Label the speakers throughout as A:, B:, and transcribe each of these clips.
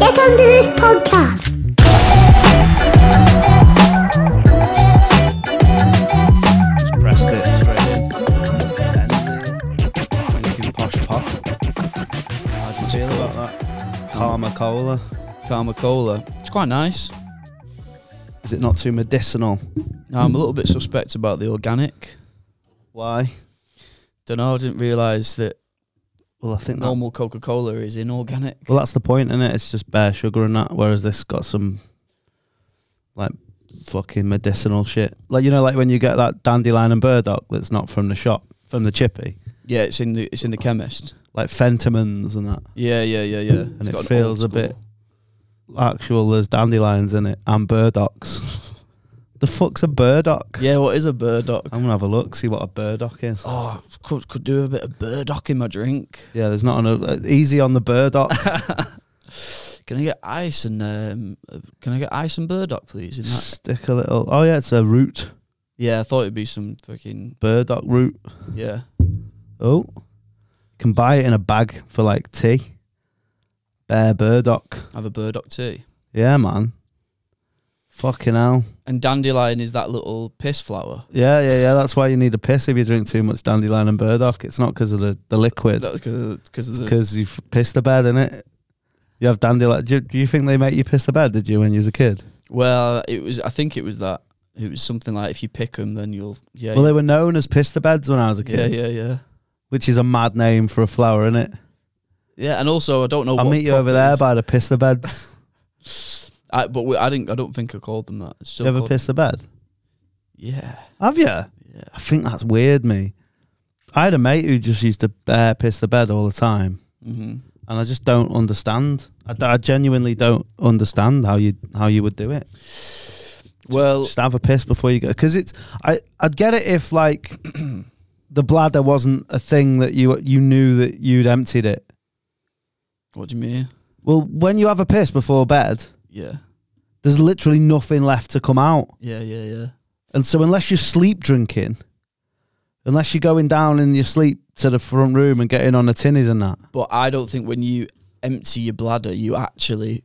A: Welcome to this podcast.
B: Just pressed it straight in. Drinking posh pop. How do you feel about that? Karma cola.
C: Karma Cola. It's quite nice.
B: Is it not too medicinal?
C: Now, I'm a little bit suspect about the organic.
B: Why?
C: Don't know, I didn't realise that
B: Well, I think that,
C: normal Coca Cola is inorganic.
B: well that's the point in it. It's just bare sugar and that. Whereas this got some like fucking medicinal shit. Like you know, like when you get that dandelion and burdock that's not from the shop, from the chippy,
C: Yeah, it's in the it's in the chemist.
B: like Fentimans and that.
C: Yeah, yeah, yeah, yeah.
B: And it feels a bit actual. There's dandelions in it and burdocks. the fuck's a burdock?
C: Yeah, what is a burdock?
B: I'm gonna have a look, see what a burdock is.
C: Oh, could, could do with a bit of burdock in my drink.
B: Yeah, there's not an uh, easy on the burdock.
C: Can I get ice and um, uh, can I get ice and burdock, please? In that?
B: Stick a little. Oh yeah, it's a root,
C: Yeah, I thought it'd be some fucking
B: burdock root.
C: yeah.
B: Oh, you can buy it in a bag for like tea. Bare burdock.
C: Have a burdock tea.
B: Yeah, man. Fucking hell.
C: And dandelion is that little piss flower.
B: Yeah, yeah, yeah. That's why you need a piss if you drink too much dandelion and burdock. It's not because of the, the liquid.
C: That was because of the
B: because you pissed the bed in it. You have dandelion. Do you, do you think they make you piss the bed? Did you when you was a kid?
C: Well, it was. I think it was that. It was something like if you pick them, then you'll. Yeah.
B: Well, they were known as piss the beds when I was a
C: yeah,
B: kid,
C: yeah, yeah,
B: which is a mad name for a flower, isn't it?
C: yeah. And also, I don't know.
B: I'll
C: what
B: meet you over there
C: properties-
B: by the piss the bed.
C: I, but we, I didn't. I don't think I called them that. It's
B: you
C: Still
B: ever
C: called-
B: piss the bed?
C: Yeah,
B: Have you? I
C: yeah.
B: think that's weird, me. I had a mate who just used to uh, piss the bed all the time,
C: hmm
B: and I just don't understand. I, d- I genuinely don't understand how you how you would do it.
C: Well,
B: just have a piss before you go because it's I I'd get it if like the bladder wasn't a thing that you you knew that you'd emptied it.
C: what do you mean?
B: Well, when you have a piss before bed,
C: Yeah,
B: there's literally nothing left to come out,
C: yeah, yeah, yeah.
B: and so unless you're sleep drinking, unless you're going down in your sleep to the front room and getting on the tinnies and that,
C: But I don't think when you empty your bladder, you actually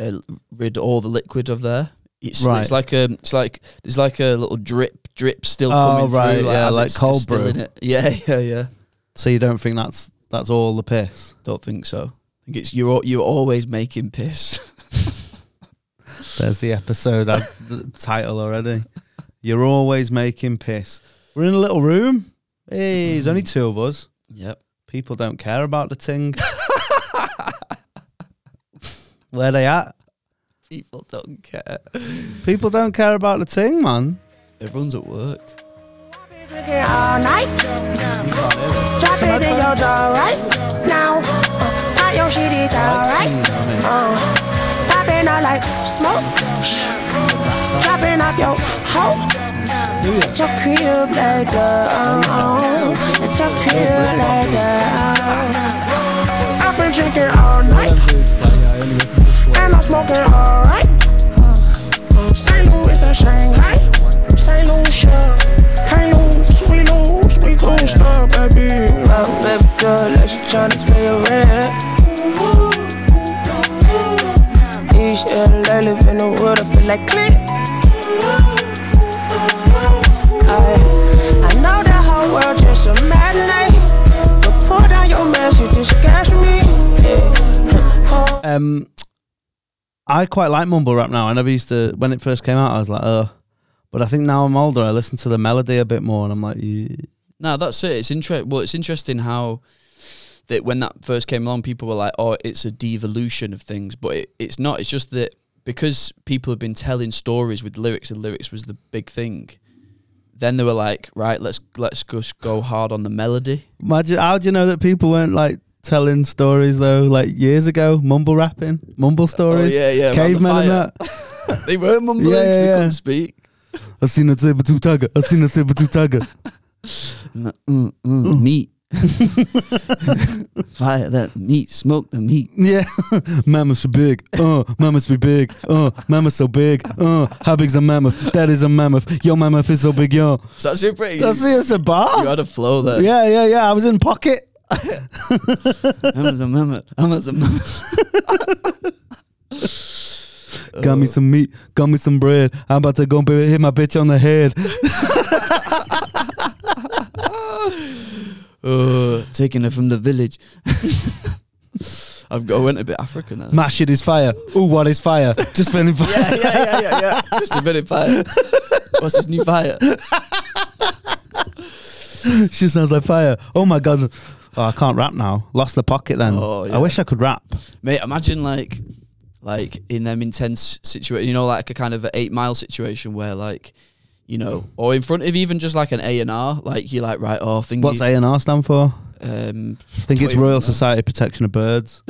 C: uh, rid all the liquid of there. It's,
B: Right.
C: it's like a, it's like there's like a little drip, drip still
B: Oh,
C: coming
B: right,
C: through.
B: yeah,
C: as
B: like
C: it's
B: cold
C: distilling
B: brew.
C: It. Yeah, yeah, yeah.
B: so you don't think that's that's all the piss.
C: Don't think so. I think it's you're al- you're always making piss.
B: There's the episode I, the title already. You're always making piss. We're in a little room. Hey, there's only two of us.
C: yep.
B: People don't care about the ting. Where they at?
C: People don't care.
B: People don't care about the ting, man.
C: Everyone's at work.
D: Drinking all night, drop it in your jaw right now. Hot your shit is alright. Uh, popping out like smoke, dropping off your hoe. At your crib like a, uh, at your crib like a. Uh, I've been drinking all night, and I'm smoking alright. St. Louis to Shanghai. St. Lucia. Can't lose, we lose, we gon' stop, baby. Uh, baby girl, let's try to play a red. East LA, live in the world, I feel like click. I, I know the whole world just a mad night. But put down your mask, you disgust me. Yeah. Oh.
B: Um, I quite like mumble rap now. I never used to when it first came out. I was like, oh, but I think now I'm older. I listen to the melody a bit more, and I'm like, yeah.
C: No, that's it. It's inter- Well, it's interesting how that when that first came along, people were like, "Oh, it's a devolution of things," but it, it's not. It's just that because people have been telling stories with lyrics, and lyrics was the big thing. Then they were like, "Right, let's let's just go hard on the melody."
B: Imagine how do you know that people weren't like telling stories though, like years ago, mumble rapping, mumble stories,
C: Oh, yeah, yeah, around the
B: cavemen and
C: fire.
B: that.
C: they were mumbling,
B: Yeah,
C: 'cause they
B: yeah, yeah.
C: couldn't speak.
B: I seen a saber tooth tiger. I seen a saber tooth tiger.
C: And the, mm, mm, meat. Fire that meat, smoke the meat.
B: Yeah, mammoths are big. Uh, mammoths be big. Uh, mammoths so big. Uh, how big's a mammoth? That is a mammoth. Yo, mammoth is so big, yo.
C: So that's it, pretty.
B: That's
C: you,
B: it's a
C: you
B: bar.
C: had a flow there.
B: Yeah, yeah, yeah. I was in pocket.
C: Amazon Mehmet. Amazon Mehmet.
B: Got me some meat, got me some bread. I'm about to go and hit my bitch on the head.
C: Uh, taking her from the village. I've got, I went a bit African then.
B: My shit is fire. Ooh, what is fire? Just feeling fire.
C: yeah, yeah, yeah, yeah, yeah. Just a minute fire. What's this new fire?
B: She sounds like fire. Oh my god. Oh, I can't rap now. Lost the pocket then.
C: Oh, yeah.
B: I wish I could rap.
C: Mate, imagine like like in them intense situation, you know, like a kind of an eight mile situation where like you know, or in front of even just like an A and R, like you like right, oh, I think
B: What's
C: you,
B: A and R stand for?
C: um,
B: I think
C: Don't
B: it's
C: even
B: Royal
C: know.
B: Society Protection of Birds.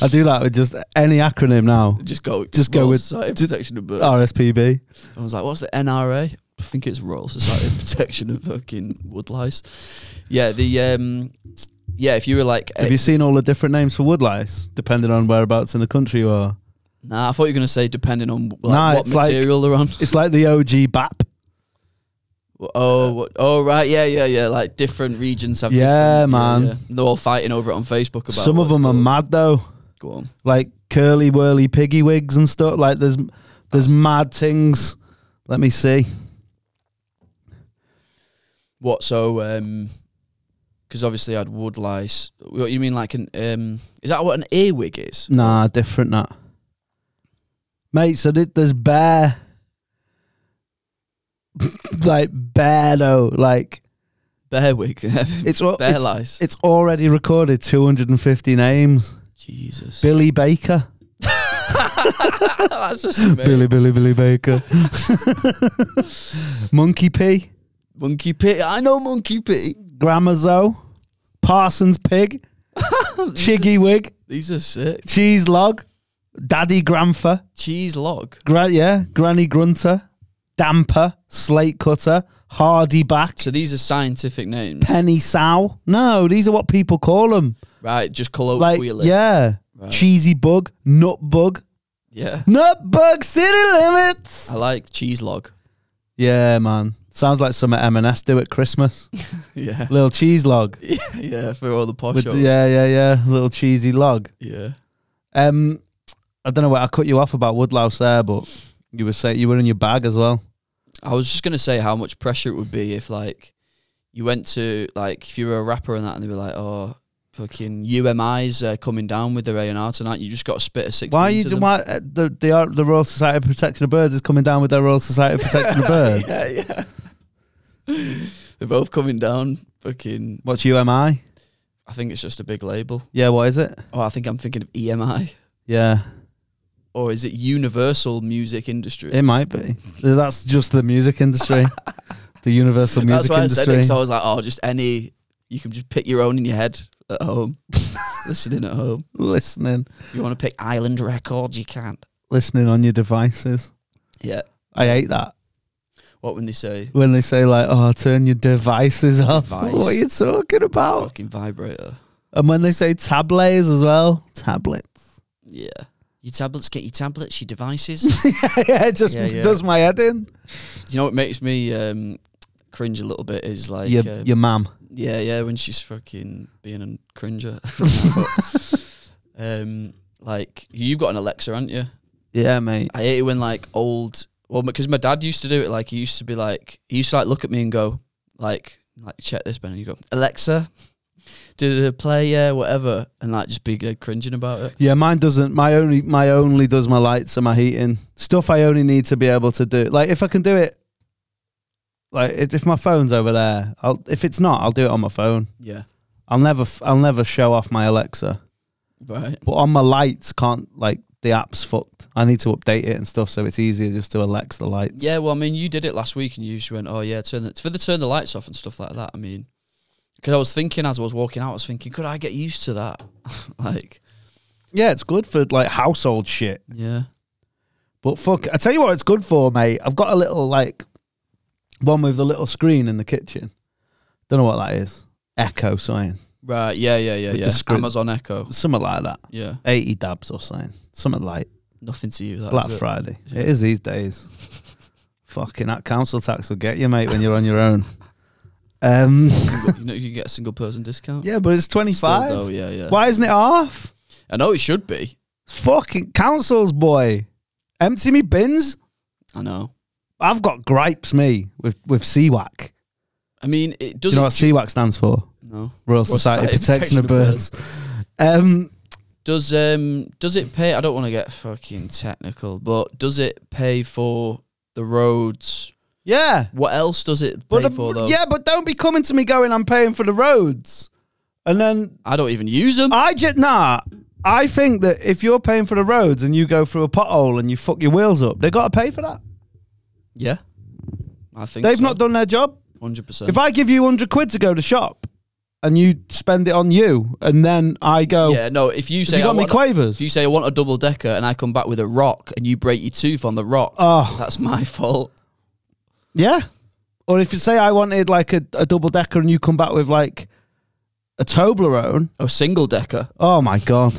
B: I do that with just any acronym now.
C: just go,
B: Just go
C: Royal
B: with- Oh,
C: Society of
B: just-
C: Protection of Birds.
B: RSPB.
C: I was like, what's the NRA? I think it's Royal Society of Protection of fucking Woodlice. Yeah, the um, yeah, if you were like, eh,
B: Have you seen all the different names for woodlice, depending on whereabouts in the country you are?
C: nah, I thought you were gonna say depending on like,
B: Nah,
C: what
B: it's like-
C: material they're on.
B: It's like the OG BAP.
C: Oh, what, oh, right, yeah, yeah, yeah. Like different regions have.
B: Yeah,
C: different,
B: man.
C: They're all fighting over it on Facebook about.
B: Some
C: what
B: of
C: it's
B: them are
C: called.
B: mad though,
C: Go on.
B: like curly whirly piggy wigs and stuff. Like there's there's mad things. Let me see.
C: What? So, um, because obviously I had woodlice. What you mean, like an um? Is that what an earwig is?
B: Nah, different that. Mate, so th- there's bear. like bear though, like
C: Bear wig.
B: it's al-
C: Bear
B: it's,
C: lice.
B: it's already recorded 250 names.
C: Jesus.
B: Billy Baker,
C: That's just amazing.
B: Billy Billy Billy Baker, Monkey P,
C: Monkey Pig. I know Monkey Pig.
B: Gramazo, Parsons Pig, Chiggy Wig,
C: These are sick.
B: Cheese Log, Daddy Granfer,
C: Cheese log.
B: Gra- yeah, Granny Grunter, Damper, Slate Cutter, Hardy Back,
C: So these are scientific names,
B: Penny Sow. No, these are what people call them.
C: right? Just
B: Like,
C: colloquially.
B: yeah,
C: Right.
B: cheesy bug, nut bug,
C: Yeah.
B: nut bug city limits.
C: I like cheese log.
B: Yeah, man, sounds like some M&S do at Christmas.
C: Yeah.
B: little cheese log.
C: yeah. For all the posh.
B: With,
C: shows.
B: yeah, yeah, yeah. Little cheesy log.
C: Yeah.
B: Um, I don't know where I cut you off about Woodlouse there, but you were saying you were in your bag as well.
C: I was just gonna say how much pressure it would be if like you went to like if you were a rapper and that and they were like, oh, fucking UMI's uh, coming down with their A and R tonight. You just got to spit a six.
B: Why are you doing? Why uh, the the Ar- the Royal Society of Protection of Birds is coming down with their Royal Society of Protection of Birds?
C: yeah, yeah. They're both coming down. Fucking.
B: What's UMI?
C: I think it's just a big label.
B: Yeah, what is it?
C: Oh, I think I'm thinking of EMI.
B: Yeah,
C: Or is it Universal Music Industry?
B: it might be. That's just the music industry, the universal music
C: That's why I said it.
B: industry.
C: 'cause I was like, oh, just any. You can just pick your own in your head at home, listening at home.
B: listening,
C: You want to pick Island Records, you can.
B: listening on your devices.
C: Yeah.
B: I hate that
C: What when they say
B: when they say like, "Oh, turn your devices off."
C: Device.
B: What are you talking about?
C: fucking vibrator?
B: And when they say tablets as well, tablets.
C: Yeah. Your tablets, get your tablets, your devices.
B: yeah, it just
C: Yeah, yeah.
B: does my head in.
C: you know what makes me um, cringe a little bit is like,
B: your
C: um,
B: your mam.
C: yeah, yeah, when she's fucking being a cringer. um, like, you've got an Alexa, haven't you?
B: Yeah, mate.
C: I hate it when like old. Well, because my dad used to do it. Like he used to be like he used to like look at me and go like like check this Ben and you go Alexa, did it play yeah whatever and like just be uh, cringing about it.
B: Yeah, mine doesn't. My only my only does my lights and my heating stuff. I only need to be able to do. Like if I can do it, like if, if my phone's over there, I'll if it's not, I'll do it on my phone.
C: Yeah,
B: I'll never f- I'll never show off my Alexa,
C: right.
B: but on my lights can't like the app's fucked. I need to update it and stuff, so it's easier just to Alexa the lights.
C: Yeah, well, I mean, you did it last week and you just went, oh yeah, turn the for the turn the lights off and stuff like that. I mean, because I was thinking as I was walking out, I was thinking, could I get used to that? like,
B: yeah, it's good for like household shit.
C: yeah,
B: But fuck, I tell you what, it's good for, mate. I've got a little like one with a little screen in the kitchen. Don't know what that is. Echo something,
C: right, yeah, yeah, yeah,
B: With the
C: yeah.
B: script.
C: Amazon Echo,
B: something like that.
C: yeah,
B: Eighty dabs or something, something like
C: nothing to you. That
B: Black
C: is it.
B: Friday. It is these days. Fucking that council tax will get you, mate, when you're on your own. Um,
C: Single- you know, you get a single person discount.
B: yeah, but it's twenty
C: Still
B: five.
C: though, yeah, yeah.
B: Why isn't it off?
C: I know it should be.
B: Fucking councils, boy. Empty me bins.
C: I know.
B: I've got gripes, me, with, with CWAC.
C: I mean, it
B: Do you
C: doesn't.
B: know what CWAC stands for?
C: no.
B: Royal Society,
C: Society
B: Protection, of
C: Protection
B: Birds. Um,
C: Does um does it pay? I don't want to get fucking technical, but does it pay for the roads?
B: yeah.
C: What else does it
B: But
C: pay
B: uh,
C: for though?
B: yeah, but don't be coming to me going, I'm paying for the roads. And then
C: I don't even use them.
B: I just, nah, I think that if you're paying for the roads and you go through a pothole and you fuck your wheels up, they got to pay for that.
C: yeah, I think
B: They've
C: so.
B: not done their job.
C: hundred percent.
B: If I give you 100 quid to go to shop and you spend it on you, and then I go,
C: Yeah, no. If you say
B: you
C: I
B: got me
C: want,
B: quavers?
C: if you say I want a double decker and I come back with a rock and you break your tooth on the rock,
B: oh,
C: that's my fault.
B: yeah. Or if you say I wanted like a, a double decker and you come back with like a Toblerone,
C: A single decker.
B: oh my God.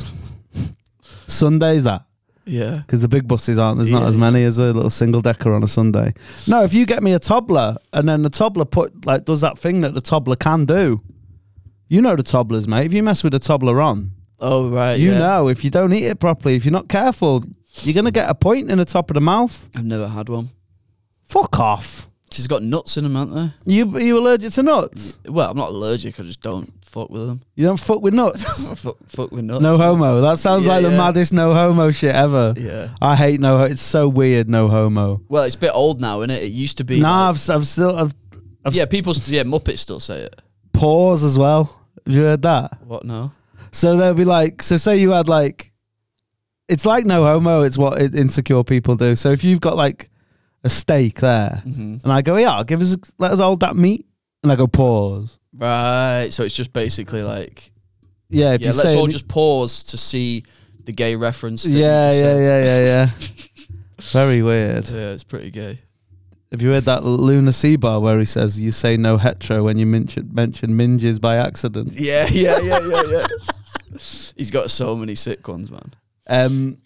B: Sunday's that.
C: Yeah.
B: Because the big buses aren't, there's not as many as a little single decker on a Sunday. No, if you get me a toddler and then the toddler put like does that thing that the toddler can do, you know the toddlers, mate. If you mess with the toddler on,
C: Oh right.
B: You
C: yeah.
B: know, if you don't eat it properly, if you're not careful, you're gonna get a point in the top of the mouth.
C: I've never had one.
B: Fuck off.
C: She's got nuts in them, aren't they?
B: You are you allergic to nuts?
C: Well, I'm not allergic. I just don't fuck with them.
B: You don't fuck with nuts.
C: fuck, fuck with nuts.
B: no homo. That sounds
C: Yeah,
B: like the
C: yeah.
B: maddest no homo shit ever.
C: Yeah.
B: I hate no. ho- It's so weird. No homo.
C: Well, it's a bit old now, isn't it? It used to be.
B: Nah,
C: like-
B: I've, s- I've still I've, I've
C: yeah,
B: yeah.
C: people. St- yeah, Muppets still say it.
B: pause as well. Have you heard that?
C: What now?
B: So they'll be like, so say you had like, it's like no homo. It's what i- insecure people do. So if you've got like a steak there,
C: Mm-hmm.
B: and I go, yeah, give us, a, let us hold that meat, and I go pause.
C: Right. So it's just basically like,
B: Yeah, if
C: yeah.
B: you
C: Let's
B: say,
C: all
B: any-
C: just pause to see the gay reference. that you
B: yeah,
C: just
B: yeah,
C: said.
B: yeah, yeah, yeah. Very weird.
C: Yeah, it's pretty gay.
B: Have you heard that Luna Seabar where he says you say no hetero when you mention mention minges by accident?
C: Yeah, yeah, yeah, yeah, yeah. He's got so many sick ones, man.
B: Um,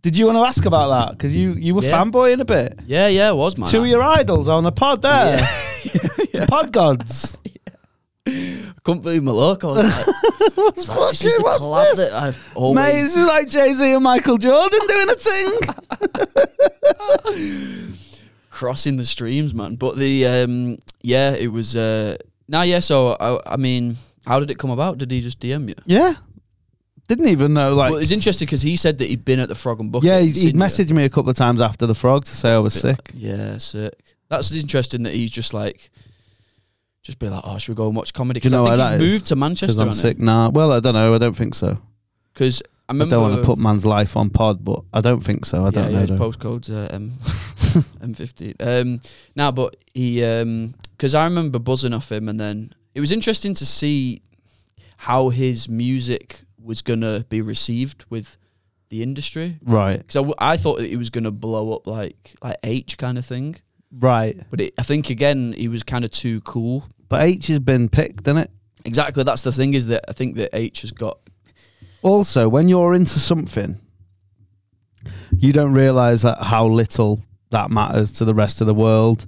B: did you want to ask about that? Because you you were
C: Yeah.
B: fanboying a bit.
C: Yeah, yeah, it was man.
B: Two of your idols on a pod there. Pod gods.
C: I couldn't believe my luck. I was like, this is the
B: what's
C: collab
B: this?
C: that I've
B: Mate,
C: always
B: this is like Jay Z and Michael Jordan doing a thing.
C: crossing the streams, man. But the um, yeah, it was uh, now nah, yeah. So I, I mean, how did it come about? Did he just DM you?
B: yeah. Didn't even know, like,
C: well, it's interesting because he said that he'd been at the Frog and Bucket.
B: yeah,
C: in
B: he, he
C: Sydney.
B: messaged me a couple of times after the frog to say I was sick.
C: Yeah, sick. That's interesting that he's just like, just be like, oh, should we go and watch comedy?
B: Do you
C: Because
B: know why
C: I think
B: that
C: he's
B: is?
C: moved to
B: Because
C: Manchester.
B: I'm sick. Nah, well, I don't know. I don't think so.
C: Because I
B: I
C: remember.
B: don't want to put man's life on pod, but I don't think so. I don't
C: yeah,
B: know.
C: yeah,
B: though.
C: his postcode's uh, M M fifteen. Um, now, but he um 'cause because I remember buzzing off him, and then it was interesting to see how his music was gonna be received with the industry.
B: right,
C: Because I, w- I thought that it was gonna blow up like like H kind of thing,
B: right.
C: but it, I think again he was kind of too cool.
B: But H has been picked, is it?
C: Exactly, that's the thing is that I think that H has got
B: Also, when you're into something, you don't realize that how little that matters to the rest of the world.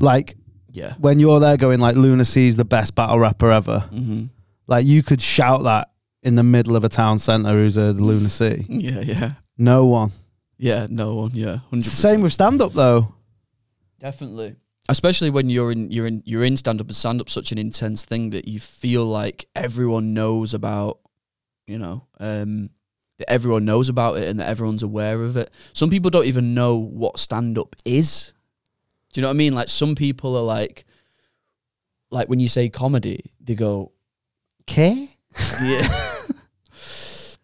B: Like
C: yeah
B: when you're there going like Lunacy's the best battle rapper ever.
C: Mm-hmm.
B: Like you could shout that in the middle of a town centre who's a Lunacy.
C: yeah yeah
B: No one.
C: yeah no one yeah 100%.
B: Same with stand up though.
C: Definitely. Especially when you're in you're in you're in stand up and stand up such an intense thing that you feel like everyone knows about you know, um that everyone knows about it and that everyone's aware of it. Some people don't even know what stand up is. Do you know what I mean? Like some people are like like when you say comedy, they go,
B: Okay.
C: Yeah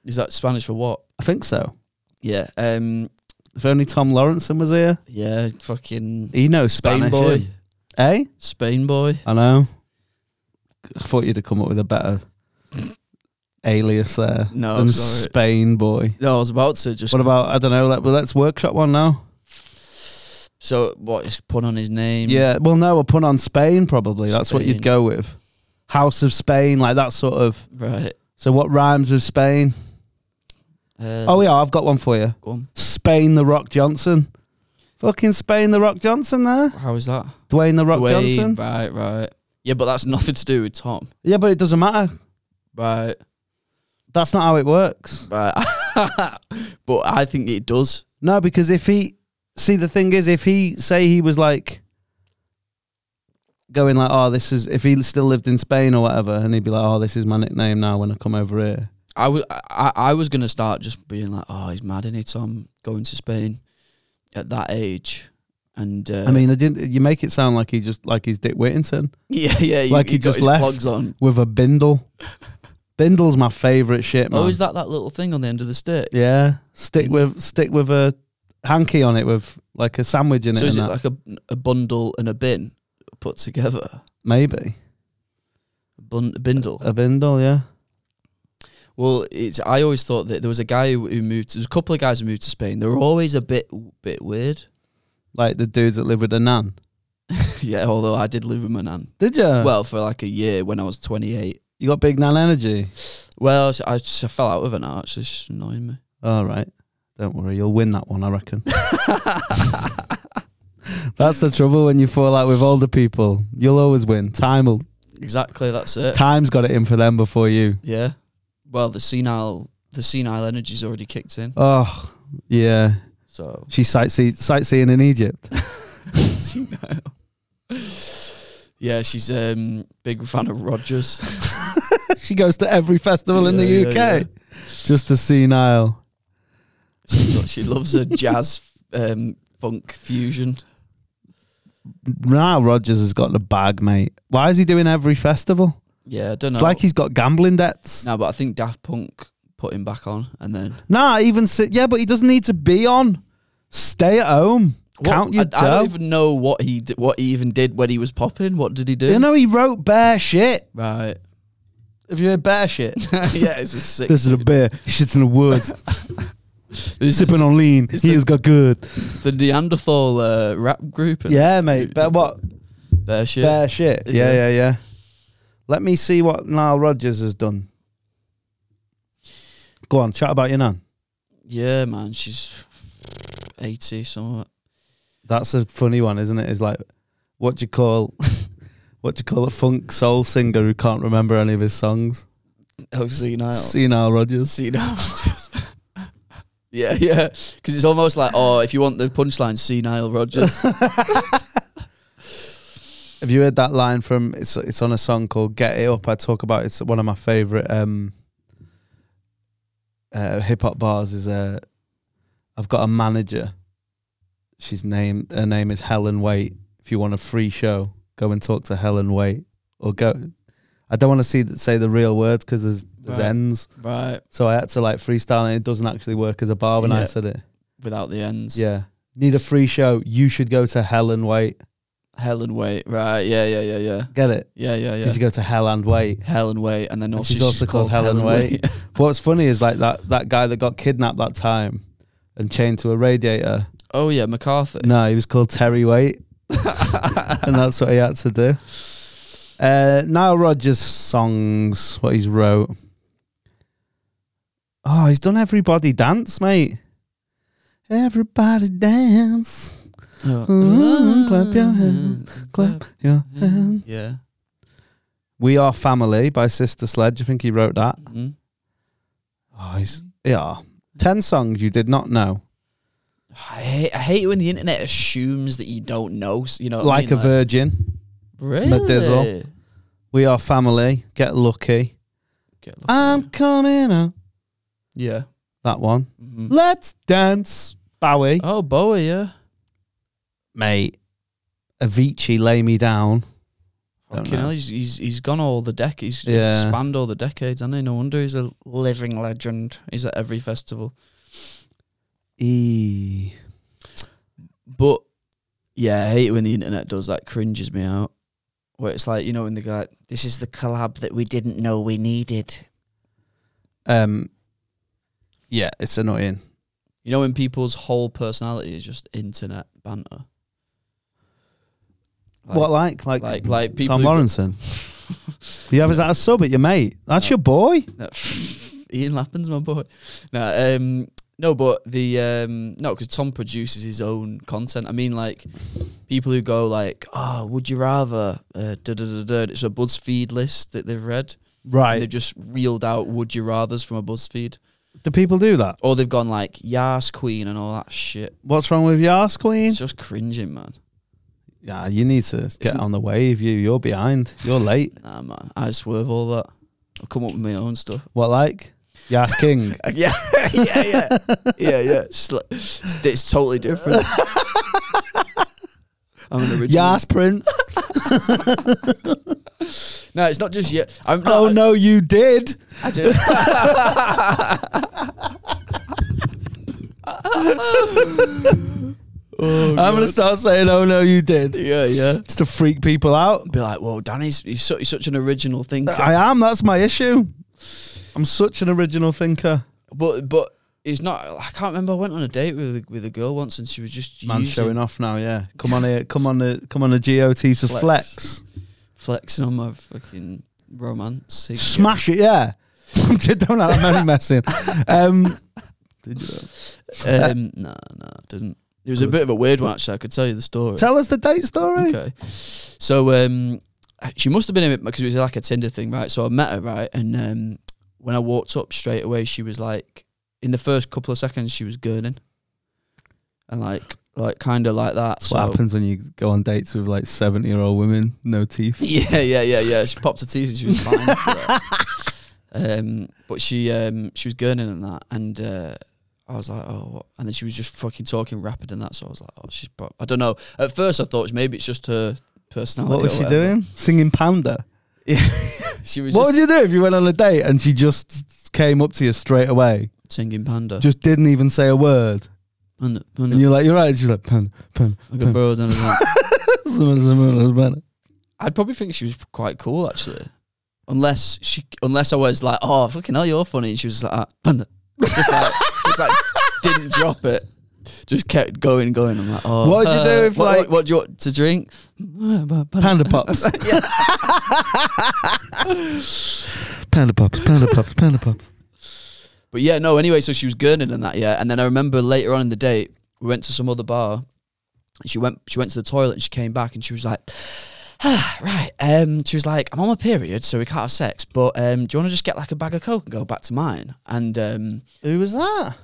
C: Is that Spanish for what?
B: I think so.
C: Yeah. Um
B: If only Tom Lawrenson was here,
C: yeah, fucking
B: he knows
C: Spain
B: Spanish.
C: boy.
B: him. Eh?
C: Spain boy.
B: I know. I thought you'd have come up with a better alias there.
C: No,
B: than
C: sorry.
B: Spain boy.
C: No, I was about to just
B: What about I don't know? Let, well, let's workshop one now.
C: So what is put on his name?
B: Yeah. Well, no, we'll put on Spain probably. That's what you'd
C: Mm. Spain.
B: go with. House of Spain, like that sort of.
C: Right.
B: So what rhymes with Spain?
C: Uh,
B: Oh yeah, I've got one for you.
C: Go on.
B: Spain the Rock Johnson. Fucking Spain the Rock Johnson there.
C: How is that?
B: Dwayne the Rock
C: Dwayne,
B: Johnson.
C: Right, right. Yeah, but that's nothing to do with Tom.
B: Yeah, but it doesn't matter.
C: Right.
B: That's not how it works.
C: Right. but I think it does.
B: No, because if he see the thing is, if he say he was like going like, oh, this is if he still lived in Spain or whatever, and he'd be like, oh, this is my nickname now when I come over here.
C: I was I, I was gonna start just being like, oh, he's mad in it. Tom going to Spain at that age, and uh,
B: I mean, I didn't. You make it sound like he just like he's Dick Whittington
C: yeah, yeah,
B: like he
C: got
B: just
C: his
B: left.
C: Plugs on.
B: with a bindle. Bindle's my favorite shit, man.
C: Oh, is that that little thing on the end of the stick?
B: Yeah, stick with stick with a hanky on it with like a sandwich in
C: So
B: it.
C: is it
B: and that.
C: like a, a bundle and a bin put together?
B: Maybe
C: Bun, bindle.
B: a bindle, yeah.
C: Well, it's. I always thought that there was a guy who, who moved. There's a couple of guys who moved to Spain. They were always a bit bit weird.
B: Like the dudes that live with a nan.
C: yeah, although I did live with my nan.
B: Did you?
C: Well, for like a year when I was 28.
B: you got big nan energy.
C: Well, s- I, s- I fell out with her now. Actually, she's annoying me.
B: All right, don't worry, you'll win that one, I reckon. That's the trouble when you fall out with older people. You'll always win. Time will.
C: Exactly, that's it.
B: Time's got it in for them before you.
C: Yeah. Well, the senile, the senile energy's already kicked in.
B: Oh, yeah.
C: So
B: She's sightsee- sightseeing in Egypt.
C: senile. Yeah, she's um big fan of Rogers.
B: she goes to every festival in the
C: Yeah, yeah,
B: UK
C: yeah.
B: just to see Nile.
C: She, lo- she loves a jazz um funk fusion.
B: Nile Rogers has got the bag, mate. Why is he doing every festival?
C: Yeah, I don't know.
B: It's like he's got gambling debts.
C: no, but I think Daft Punk put him back on, and then
B: Nah, even si- yeah, but he doesn't need to be on. Stay at home. Count
C: What-
B: your
C: I, I don't
B: dough.
C: even know what he d- what he even did when he was popping. What did he do?
B: You know he wrote bear shit.
C: right.
B: Have you heard bear shit?
C: yeah, it's a sick.
B: this is a bear. He shits in the woods,
C: This is
B: sipping on lean.
C: it's
B: He
C: the-
B: has got good.
C: the Neanderthal uh, rap group. and
B: Yeah, mate. But what?
C: Bear shit.
B: Bear shit. Yeah,
C: Yeah.
B: yeah, yeah. Let me see what Nile Rodgers has done. Go on, chat about your nan.
C: Yeah, man, she's eighty somewhat.
B: That's a funny one, isn't it? It's like what do you call what do you call a funk soul singer who can't remember any of his songs?
C: Oh, senile.
B: See Nile Rodgers.
C: Senile. yeah, yeah. Because it's almost like, oh, if you want the punchline, senile Rogers.
B: Have you heard that line from it's it's on a song called Get It Up? I talk about it's one of my favourite um uh hip hop bars is uh I've got a manager. She's named her name is Helen Wait. If you want a free show, go and talk to Helen Wait. Or go I don't want to see that say the real words because there's there's
C: Right.
B: ends.
C: right,
B: So I had to like freestyle and it doesn't actually work as a bar when I
C: Yeah.
B: said it.
C: without the ends.
B: Yeah. Need a free show, you should go to Hell and Wait.
C: Helen Wait. Right. Yeah, yeah, yeah, yeah.
B: Get it?
C: Yeah, yeah,
B: You
C: yeah.
B: should go to Hell and Wait.
C: Helen Wait, and then
B: And
C: also
B: she's also called Helen Wait.
C: Wait.
B: What's funny is like that that guy that got kidnapped that time and chained to a radiator.
C: oh yeah, MacArthur.
B: No, he was called Terry Wait. and that's what he had to do. Uh Nile Rogers songs, what he's wrote. Oh, he's done everybody dance, mate. Everybody dance.
C: Oh.
B: Mm-hmm. Clap your hands, Clap your hands.
C: Yeah.
B: We Are Family by Sister Sledge. I think he wrote that.
C: Mhm.
B: Oh, he's, yeah. 10 songs you did not know.
C: I hate, I hate when the internet assumes that you don't know. s- You know, what I
B: Like
C: mean?
B: a Virgin,
C: really?
B: Medizzle. We Are Family, Get Lucky.
C: Get lucky.
B: I'm coming out.
C: yeah.
B: That one.
C: Mhm.
B: Let's Dance, Bowie.
C: Oh, Bowie, yeah.
B: Mate, Avicii, Lay Me Down. Don't
C: Fucking
B: know.
C: hell, he's, he's he's gone all the dec. He's, he's
B: Yeah.
C: spanned all the decades, and no wonder he's a living legend. He's at every festival.
B: E.
C: But yeah, I hate when the internet does that. Cringes me out. Where it's like you know when the guy, this is the collab that we didn't know we needed.
B: Um, yeah, it's annoying.
C: You know when people's whole personality is just internet banter. Like-
B: what, like? Like,
C: like like people
B: Tom
C: who-
B: Lawrenson? you have us at a sub at your mate. That's your boy.
C: No. Ian Lappin's my boy. No, um, no, but the um, no, because Tom produces his own content. I mean, like people who go like, "Oh, would you rather?" Uh, da da da da. It's a BuzzFeed list that they've read,
B: Right.
C: And they've just reeled out would you rather's from a BuzzFeed.
B: Do people do that?
C: Or they've gone like Yas Queen and all that shit.
B: What's wrong with your ass, Queen?
C: It's just cringing, man.
B: Yeah, you need to get on the wave. You you're behind. You're late.
C: Nah, man. I swerve all that. I'll come up with my own stuff.
B: What like? Your ass king.
C: Yeah, yeah, yeah, yeah, yeah. It's, like- it's, it's totally different. I'm an original.
B: Your ass print.
C: No, it's not just yet. I'm,
B: Oh no, you did.
C: I just, Um,
B: I'm gonna start saying, oh no, you did,
C: Oh, yeah, yeah.
B: just to freak people out.
C: Be like, whoa, Danny's he's, su- he's such an original thinker.
B: I am. That's my issue. I'm such an original thinker.
C: but but he's not. I can't remember. I went on a date with a, with a girl once, and she was just
B: Man,
C: using,
B: showing off now. Yeah, come on here. Come on the come on the GOT to flex.
C: flexing on my fucking romance. He-
B: Smash it. Yeah. Don't have that many messing. Um, did you?
C: Um, no, no, I didn't. It was a bit of a weird one actually. I could tell you the story.
B: Tell us the date story.
C: Okay. So um, she must have been in it because it was like a Tinder thing, right? So I met her, right? And um, when I walked up straight away, she was like, in the first couple of seconds, she was gurning. And like, like kind of like that.
B: That's
C: so
B: what happens when you go on dates with like 70 year old women, no teeth.
C: Yeah, yeah, yeah, yeah. She popped her teeth and she was fine. Yeah. um, but she um, she was gurning and that, and uh, I was like, oh, what? and then she was just fucking talking rapid and that. So I was like, oh, she's. Prob- I don't know. At first, I thought maybe it's just her personality.
B: What was
C: or
B: she
C: whatever.
B: doing? Singing Panda.
C: She was
B: What
C: just
B: would you do if you went on a date and she just came up to you straight away,
C: singing Panda.
B: just didn't even say a word?
C: Panda,
B: And
C: panda.
B: you're like, you're right. She's like, Panda, Panda,
C: I got
B: Panda.
C: burrowed under that.
B: That's
C: I'd probably think she was quite cool actually, unless she, unless I was like, oh fucking hell, you're funny, and she was like, ah, panda. just like, just like, didn't drop it, just kept going, going. I'm like, oh,
B: What would you do if,
C: what,
B: like-
C: what, what do you want to drink? Panda.
B: Panda Pops. Panda Pops, Panda Pops, Panda Pops.
C: But yeah, no, anyway, so she was gurning and that, yeah. And then I remember later on in the date, we went to some other bar. And she went she went to the toilet and she came back and she was like, ah, right. Um, she was like, I'm on my period, so we can't have sex, but um, do you want to just get like a bag of Coke and go back to mine? And um,
B: Who was that? Oh.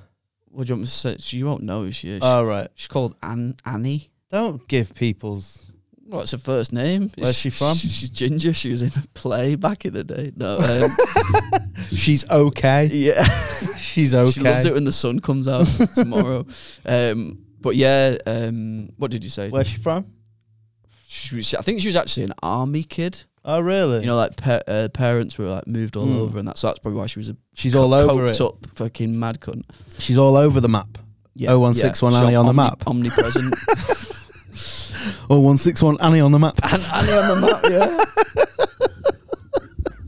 C: what do you want me to say? She won't know who she is.
B: All right.
C: She's called Ann- Annie.
B: Don't give people's.
C: Well, it's her first name.
B: Where's
C: It's-
B: she from?
C: She's Ginger. She was in a play back in the day. No, um,
B: uh, She's okay.
C: yeah.
B: She's okay.
C: She loves it when the sun comes out tomorrow. Um, but yeah, um, what did you say?
B: Where's she from?
C: She was, I think she was actually an army kid.
B: Oh, really?
C: You know, like pa- uh, parents were like moved all
B: Hmm.
C: over, and that, so that's probably why she was a
B: she's all over
C: coked
B: it.
C: up fucking mad cunt.
B: She's all over the map.
C: Yeah,
B: 0161
C: She's
B: Annie on the
C: omni-
B: map.
C: omnipresent.
B: Oh, one six one Annie on the map.
C: and Annie on the map.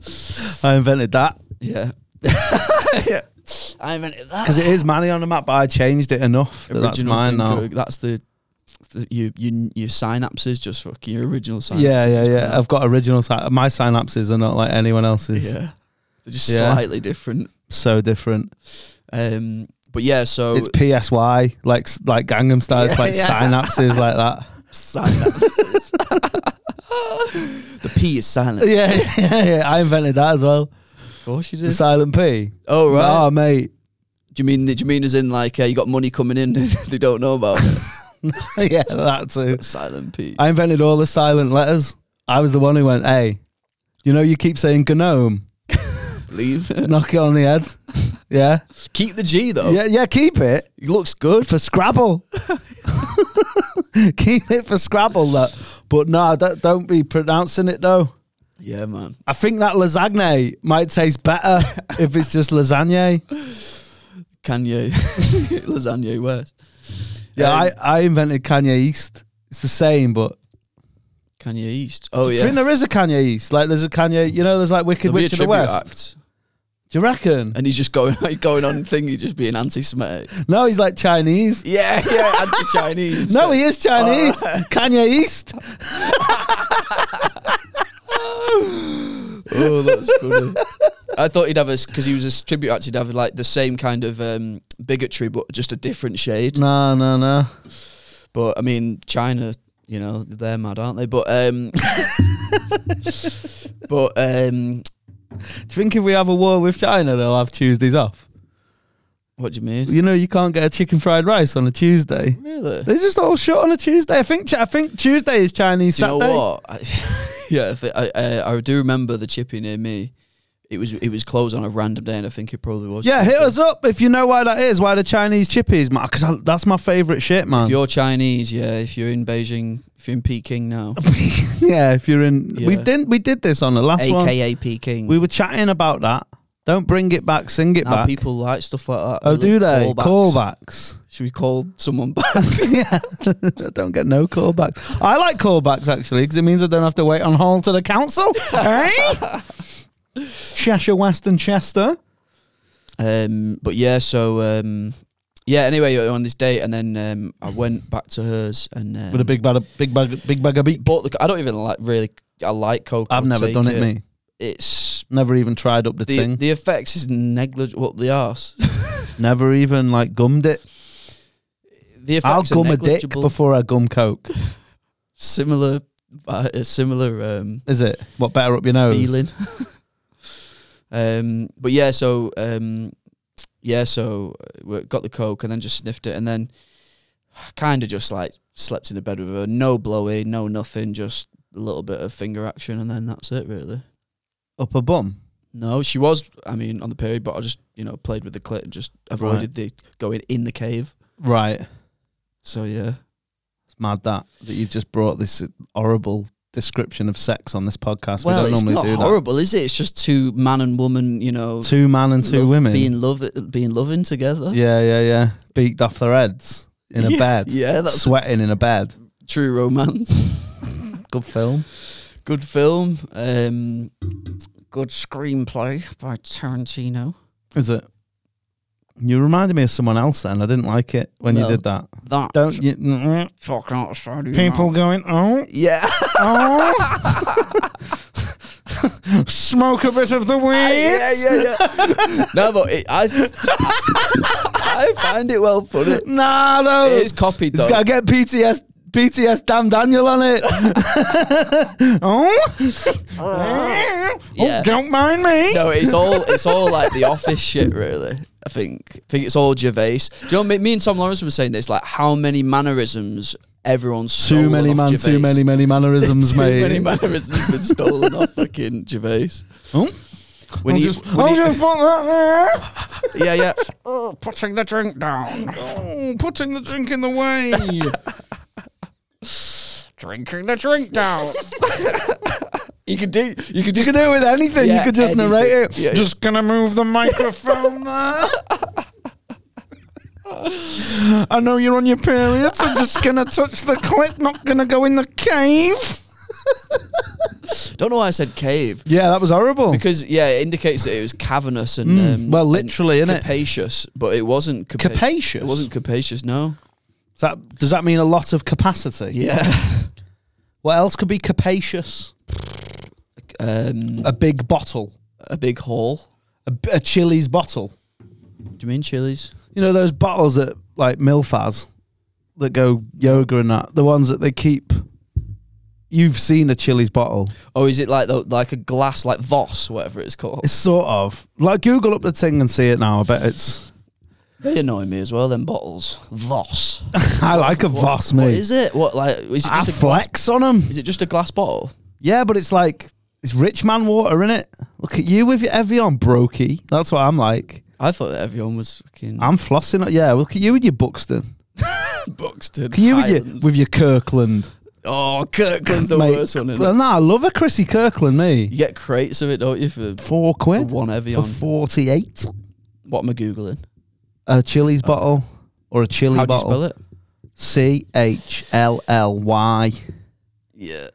C: Yeah,
B: I invented that
C: yeah, yeah. I invented that.
B: because it is Manny on the map, but I changed it enough. That that's
C: Original
B: mine now.
C: thinker, That's the, the you you your synapses just fucking your original synapses.
B: Yeah, yeah,
C: just
B: yeah. I've got original. Sy- my synapses are not like anyone
C: come out.
B: else's.
C: yeah. They're just
B: Yeah.
C: slightly different.
B: So different.
C: Um, but yeah, so
B: It's PSY, like s- like Gangnam Style. it's
C: Yeah,
B: like
C: yeah.
B: synapses, like that.
C: Synapses. the P is silent.
B: Yeah, yeah, yeah. I invented that as well.
C: Of course you
B: The
C: did.
B: silent P.
C: oh right.
B: Oh, mate.
C: do you mean? Do you mean as in like uh, you got money coming in? they don't know about it.
B: yeah, that too.
C: silent P.
B: I invented all the silent letters. I was the one who went, "Hey, you know, you keep saying gnome.
C: Leave.
B: Knock it on the head. Yeah,
C: Keep the G though.
B: yeah, yeah. Keep it."
C: It looks good.
B: for Scrabble. Keep it for Scrabble, that. But no, that, don't be pronouncing it though.
C: Yeah, man.
B: I think that lasagne might taste better if it's just lasagne.
C: Kanye, lasagna West.
B: Yeah,
C: Um,
B: I, I invented Kanye East. It's the same, but
C: Kanye East. Oh
B: I
C: yeah.
B: think there is a Kanye East. Like there's a Kanye, you know, there's like Wicked
C: There'll be a
B: Witch of the
C: tribute
B: West.
C: act,
B: Do you reckon?
C: and he's just going going on thing. He's just being anti-Semitic.
B: No, he's like Chinese.
C: Yeah, yeah, anti-Chinese.
B: No, he is Chinese.
C: Oh.
B: Kanye East.
C: Oh, that's funny. I thought he'd have a because he was a tribute act. He'd have like the same kind of um, bigotry, but just a different shade.
B: No, no, no.
C: But I mean, China, you know, they're mad, aren't they? But um, but um,
B: you think if we have a war with China, they'll have Tuesdays off?
C: What do you mean?
B: You know, you can't get a chicken fried rice on a Tuesday.
C: Really?
B: They're just all shut on a Tuesday. I think. Chi- I think Tuesday is Chinese
C: Do you know
B: Saturday.
C: what? I, yeah, I, thi- I, I I do remember the chippy near me. It was it was closed on a random day, and I think it probably was.
B: Yeah, hit
C: Tuesday.
B: us up if you know why that is. Why the Chinese chippies, man? Because that's my favorite shit, man.
C: If you're Chinese, yeah. If you're in Beijing, if you're in Peking now,
B: yeah, if you're in, we
C: Yeah.
B: did we did this on the last one.
C: aka Peking.
B: Mm. We were chatting about that. Don't bring it back, sing it
C: now
B: back.
C: people like stuff like that.
B: oh, do they
C: love
B: callbacks?
C: Should we call someone back?
B: yeah, I don't get no callbacks. I like callbacks actually because it means I don't have to wait on hold to the council. eh? Cheshire West and Chester.
C: Um, but yeah, so um, yeah. Anyway, on this date, and then um, I went back to hers and um,
B: with a big bag, of, big bag, big bag of beak.
C: Bought the. I don't even like really. I like coke.
B: I've
C: I'll
B: never
C: take
B: done it, me.
C: It's
B: Never even tried up the,
C: the
B: thing.
C: the effects is negligible. What the arse?
B: Never even like gummed it.
C: the effects
B: I'll
C: are
B: gum a dick
C: negligible.
B: before I gum coke.
C: Similar, uh, a similar um,
B: Is it? What better up your nose?
C: feeling. um, but yeah, so um, yeah, so uh, we got the coke and then just sniffed it and then kind of just like slept in the bed with her, no blowy, no nothing, just a little bit of finger action and then that's it really.
B: Up a bum.
C: No, she was, I mean, on the period, but I just you know played with the clit and just avoided the going in the cave.
B: Right.
C: So yeah,
B: It's mad that that you've just brought this horrible description of sex on this podcast.
C: well,
B: we
C: it's
B: don't normally
C: not
B: do
C: horrible, is it? It's just two man and woman, you know,
B: that. Two man and two
C: love-
B: women.
C: being love, being loving together.
B: yeah, yeah, yeah. Beaked off their heads in a
C: Yeah,
B: bed.
C: yeah, that's
B: sweating in a bed.
C: true romance.
B: Good film.
C: good film. Um, good screenplay by Tarantino.
B: Is it? You reminded me of someone else then. I didn't like it when
C: No.
B: you did that.
C: That
B: Don't you?
C: fucking outside of your
B: People
C: mouth.
B: going, oh,
C: Yeah,
B: oh. Smoke a bit of the weed.
C: yeah, yeah, yeah. no, but it, I, I find it well put. It,
B: Nah, no.
C: it is copied
B: It's
C: though.
B: got to get PTS, PTS Damn Daniel on it. oh?
C: Yeah.
B: oh, don't mind me.
C: no, it's all it's all like the office shit, really. I think I think it's all Gervais. Do you know me, me and Tom Lawrence were saying this? Like how many mannerisms everyone's
B: Too
C: stolen
B: many
C: off
B: man,
C: Gervais.
B: too many many mannerisms,
C: Too
B: mate.
C: many mannerisms been stolen off fucking Gervais.
B: Oh,
C: When
B: I'll
C: he-
B: just,
C: when
B: I'll
C: he-
B: just put that there.
C: yeah, yeah.
A: putting the drink down,
B: Oh, putting the drink in the way.
A: drinking the drink down.
C: You could do. You could
B: you
C: just
B: could do it with anything.
C: Yeah,
B: you could just
C: anything.
B: narrate it.
C: Yeah.
B: Just gonna move the microphone there. I know you're on your period, so just gonna touch the clip. Not gonna go in the cave.
C: Don't know why I said cave
B: Yeah, that was horrible.
C: because yeah, it indicates that it was cavernous and um,
B: Mm, well,
C: and
B: literally, innit?
C: capacious, but it wasn't capa-
B: Capacious?
C: It wasn't capacious. No.
B: Does that, does that mean a lot of capacity?
C: Yeah.
B: What else could be capacious?
C: Um,
B: A big bottle,
C: a big hole.
B: a, b- a Chili's bottle.
C: Do you mean chilies?
B: You know those bottles that like Milf has that go yoga and that. The ones that they keep. You've seen a Chili's bottle.
C: Or Oh, is it like the, like a glass, like Voss, whatever it's called?
B: It's sort of like Google up the thing and see it now. I bet it's.
C: They annoy me as well. Them bottles, Voss.
B: I like a Voss,
C: What
B: mate.
C: is it? What like is it
B: I
C: just a glass?
B: flex on 'em. on them.
C: Is it just a glass bottle?
B: Yeah, but it's like it's rich man water in it. Look at you with your Evian, brokey. That's what I'm like.
C: I thought that everyone was fucking
B: I'm flossing. Yeah, look at you with your Buxton.
C: Buxton.
B: Can you with your,
C: Highland.
B: with your Kirkland?
C: Oh, Kirkland's the
B: mate?
C: worst one. is
B: Well, nah, I love a Chrissy Kirkland,
C: You
B: me.
C: get crates of it, don't you? For
B: Four quid
C: one
B: for
C: Evian.
B: 48.
C: what am I googling?
B: A Chili's bottle or a chili
C: How do Oh. you
B: bottle.
C: spell it?
B: C H L L Y.
C: Yeah.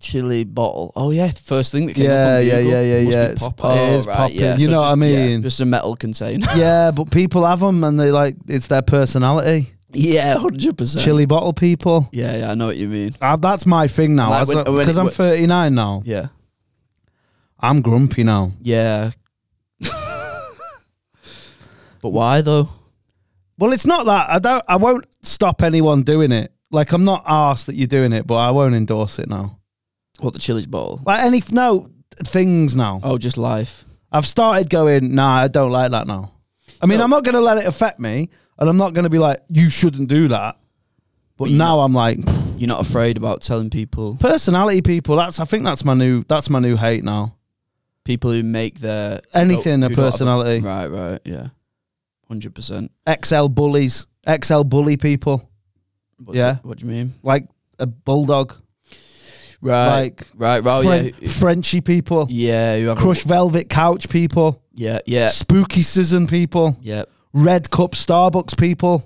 C: Chili bottle. Oh yeah, first thing that came up
B: Yeah,
C: on
B: yeah,
C: Google.
B: yeah, yeah,
C: Must
B: yeah.
C: Be
B: It's-
C: pop-
B: it
C: oh,
B: is
C: right,
B: popping.
C: Yeah.
B: You know
C: just,
B: what I
C: yeah,
B: mean?
C: just a metal container.
B: Yeah, but people have them and they like it's their personality.
C: yeah, hundred percent.
B: Chili bottle people.
C: Yeah, yeah, I know what you mean.
B: Uh, that's my thing now.
C: Like
B: As
C: when-
B: a-
C: when
B: Because
C: it-
B: I'm 39 now.
C: Yeah,
B: I'm grumpy now.
C: yeah. but why though?
B: Well, it's not that I don't. I won't stop anyone doing it. Like I'm not asked that you're doing it, but I won't endorse it now.
C: What the chili's bottle?
B: Like any no things now.
C: Oh, just life.
B: I've started going, nah, I don't like that now. I mean,
C: No.
B: I'm not going to let it affect me, and I'm not going to be like, you shouldn't do that. But
C: you
B: now I'm like,
C: You're not afraid about telling people
B: personality people. That's I think that's my new that's my new hate now.
C: people who make their
B: Anything
C: who
B: a
C: don't have
B: personality.
C: Right, right, yeah, hundred percent.
B: XL bullies, XL bully people, Yeah.
C: What do you mean?
B: like a bulldog,
C: Right,
B: like
C: right, right.
B: Fren-
C: yeah,
B: Frenchy people,
C: yeah. You have a-
B: crush velvet couch people,
C: yeah, yeah,
B: spooky season people,
C: yeah.
B: red cup Starbucks people.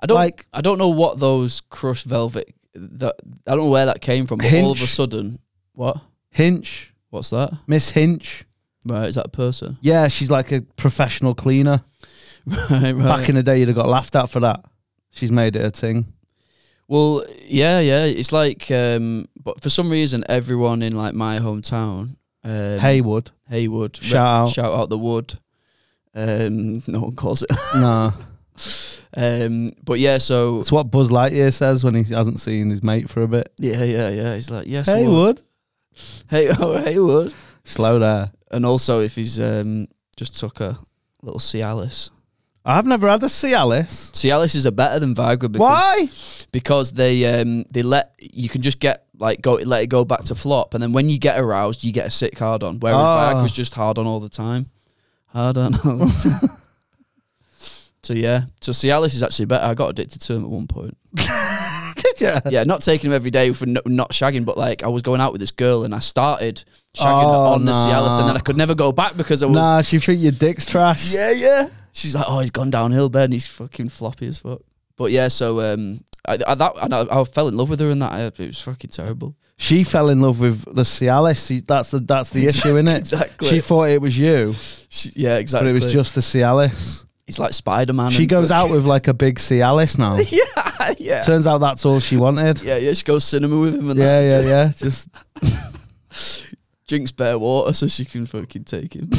C: I don't
B: Like-
C: like. I don't know what those crushed velvet. That I don't know where that came from. But all of a
B: Hinch.
C: sudden, what?
B: Hinch,
C: What's that?
B: Miss Hinch.
C: Right, is that a person?
B: Yeah, she's like a professional cleaner.
C: right, right.
B: Back in the day, you'd have got laughed at for that. She's made it a thing.
C: Well, yeah, yeah. It's like, um, but for some reason, everyone in like my hometown, um,
B: Haywood,
C: Haywood, re-
B: Shout out.
C: shout out the wood. Um, no one calls it.
B: nah,
C: Um, but yeah, so
B: it's what Buzz Lightyear says when he hasn't seen his mate for a bit.
C: yeah, yeah, yeah. He's like, yes, Wood.
B: Haywood,
C: hey, oh, Haywood.
B: slow there.
C: And also, if he's um, just took a little Cialis.
B: I've never had a Cialis.
C: Cialis is a better than Viagra because
B: Why?
C: because they um they let you can just get like go let it go back to flop, and then when you get aroused, you get a sick hard on. Whereas
B: Ah.
C: Viagra's just hard on all the time, hard on all the time. so yeah, so Cialis is actually better. I got addicted to him at one point.
B: Did you?
C: Yeah, not taking him every day for no, not shagging, but like I was going out with this girl and I started shagging
B: Oh,
C: on the
B: nah.
C: Cialis, and then I could never go back because I was.
B: Nah, she think your dick's trash.
C: Yeah, yeah. She's like, oh, he's gone downhill, Ben. He's fucking floppy as fuck. But yeah, so um, I, I that and I, I fell in love with her, and that I, it was fucking terrible.
B: She fell in love with the Cialis. She- that's the that's the issue, is it?
C: Exactly.
B: She thought it was you,
C: She, yeah,
B: but
C: exactly.
B: it was just the Cialis.
C: it's like Spider Man.
B: She goes out with like a big Cialis now.
C: yeah, yeah,
B: Turns out that's all she wanted.
C: yeah, yeah. She goes cinema with him, and
B: Yeah,
C: that.
B: yeah, yeah. Just
C: Drinks bare water so she can fucking take him.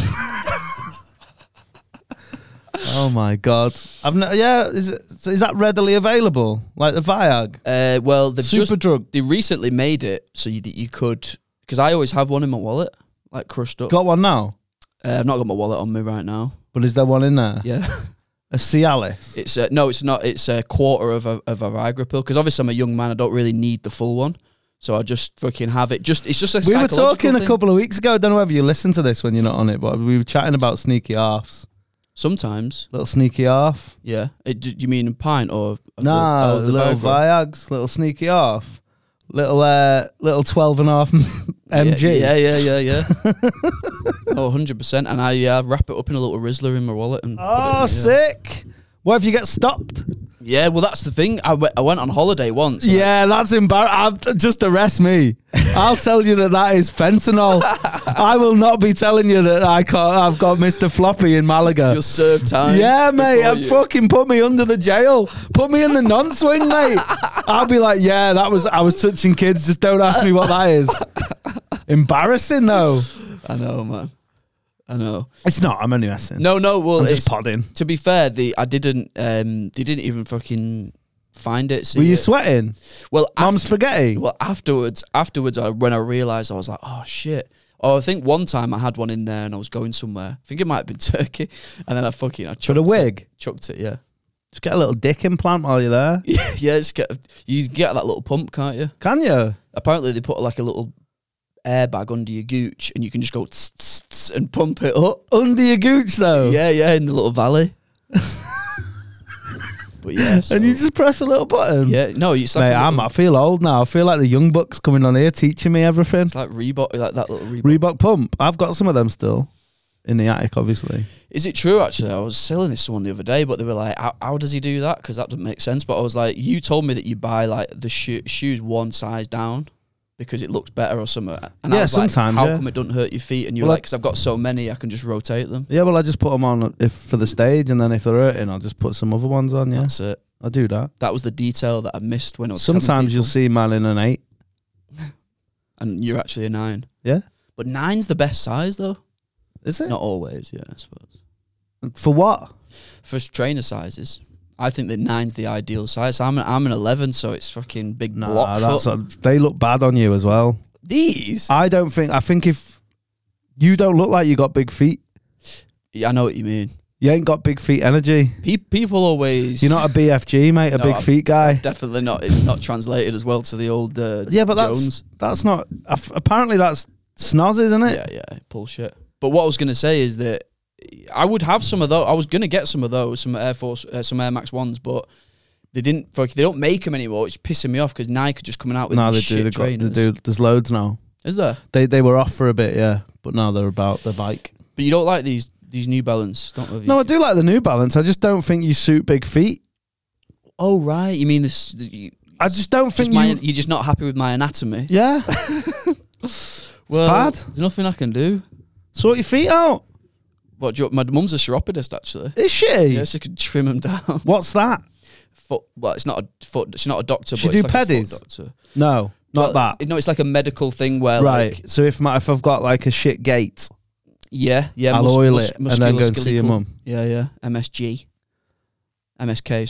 B: oh my god. I've no, yeah. Is it, so is that readily available? Like the Viag,
C: uh, well, they've
B: super
C: just
B: drug.
C: they recently made it so you, that you could because I always have one in my wallet, like crushed up.
B: Got one now,
C: Uh, I've not got my wallet on me right now.
B: but is there one in there?
C: Yeah.
B: A Cialis.
C: It's uh, no, it's not. It's a quarter of a of a Viagra pill because obviously I'm a young man. I don't really need the full one, so I just fucking have it. Just it's just a
B: we were
C: psychological
B: talking a
C: thing.
B: couple of weeks ago. I don't know whether you listened to this when you're not on it, but we were chatting about sneaky halves.
C: Sometimes,
B: Little sneaky half.
C: yeah. It, do you mean a pint or of the-
B: Nah,
C: of the
B: little Viags, little sneaky half, little uh, little twelve and a half mg.
C: Yeah, yeah, yeah, yeah. yeah. oh, 100 percent. And I uh, wrap it up in a little Rizzler in my wallet and. put it in,
B: Oh,
C: yeah.
B: sick. What if you get stopped?
C: Yeah, well, that's the thing. I we- I went on holiday once. and
B: Yeah, that's embarrassing. Just arrest me. I'll tell you that that is fentanyl. I will not be telling you that I can't, I've got Mr. Floppy in Malaga.
C: You'll serve time.
B: Yeah, mate.
C: before
B: uh,
C: you-
B: Fucking put me under the jail. Put me in the non swing, mate. I'll be like, yeah, that was I was touching kids. Just don't ask me what that is. Embarrassing though.
C: I know, man. I know.
B: It's not. I'm only messing.
C: No, no. Well,
B: I'm
C: it's,
B: just podding.
C: to be fair, the I didn't. Um, they didn't even fucking find it. See
B: Were
C: it.
B: you sweating?
C: well,
B: Mom
C: after-
B: spaghetti.
C: well, afterwards, afterwards, I, when I realised, I was like, oh shit. Oh, I think one time I had one in there and I was going somewhere. I think it might have been Turkey, and then I fucking I chucked
B: With a
C: It,
B: wig.
C: chucked it, yeah,
B: Just get a little dick implant while you're there.
C: yeah. It's get, you get that little pump, can't you?
B: Can you?
C: Apparently, they put like a little airbag under your gooch, and you can just go tss, tss, tss, and pump it up.
B: Under your gooch though.
C: Yeah, yeah, in the little valley. but yeah, so-
B: And you just press a little button.
C: yeah, no, it's like
B: Mate,
C: a little-
B: I'm, I feel old now. I feel like the young bucks coming on here teaching me everything.
C: It's like Reebok, like that little Reebok.
B: Reebok pump. I've got some of them still in the attic, obviously.
C: Is it true? Actually, I was selling this to someone the other day, but they were like, "How, how does he do that?" Because that doesn't make sense. But I was like, "You told me that you buy like the sho- shoes one size down because it looks better or something." And I
B: Yeah,
C: was like,
B: sometimes,
C: How
B: yeah.
C: come it doesn't hurt your feet? And you're
B: Well, I-
C: like, "Because I've got so many, I can just rotate them."
B: Yeah, well, I just put them on uh, if for the stage, and then if they're hurting, I'll just put some other ones on. Yeah,
C: That's it.
B: I do that.
C: That was the detail that I missed when I was. telling
B: Sometimes you'll
C: people.
B: see man in an eight.
C: and you're actually a nine.
B: Yeah,
C: But nine's the best size though.
B: is it
C: Not always, yeah, I suppose.
B: for what?
C: For trainer sizes, I think that nine's the ideal size. I'm an, I'm an eleven, so it's fucking big
B: Nah,
C: block
B: that's
C: foot.
B: a- they look bad on you as well.
C: These.
B: I don't think. I think if You don't look like you got big feet.
C: Yeah, I know what you mean.
B: You ain't got big feet energy.
C: Pe- people always.
B: You're not a BFG, mate, a
C: No,
B: big
C: I'm-
B: feet guy.
C: Definitely not. It's not translated as well to the old. Uh,
B: Yeah, but that's
C: Jones.
B: that's not. aff- Apparently, that's snoz, isn't it?
C: yeah, yeah, bullshit. But what I was gonna say is that I would have some of those. I was gonna get some of those, some Air Force, uh, some Air Max ones, but they didn't. Fuck, they don't make them anymore. It's pissing me off because Nike are just coming out with
B: no, they
C: these
B: do.
C: shit
B: They, got,
C: trainers.
B: they do. There's loads now.
C: Is there?
B: They they were off for a bit, yeah, but now they're about the bike.
C: But you don't like these these New Balance, don't you?
B: No, I do like the New Balance. I just don't think you suit big feet.
C: Oh right, you mean this? You,
B: I just don't
C: just
B: think
C: my,
B: you.
C: you're just not happy with my anatomy.
B: yeah,
C: well,
B: bad.
C: There's nothing I can do.
B: sort your feet out.
C: What? Do you, my mum's a chiropodist, actually.
B: Is she?
C: Yeah, she could trim them down.
B: What's that?
C: Foot, well, it's not a foot. She's not a doctor.
B: She
C: but
B: do
C: it's like a
B: pedis?
C: foot doctor.
B: No, not
C: Well,
B: that.
C: No, it's like a medical thing where,
B: right.
C: like,
B: so if my, if I've got like a shit gait,
C: yeah, yeah,
B: I'll oil it and then go and see your
C: musculoskeletal.
B: mum.
C: Yeah, yeah, MSG, MSK,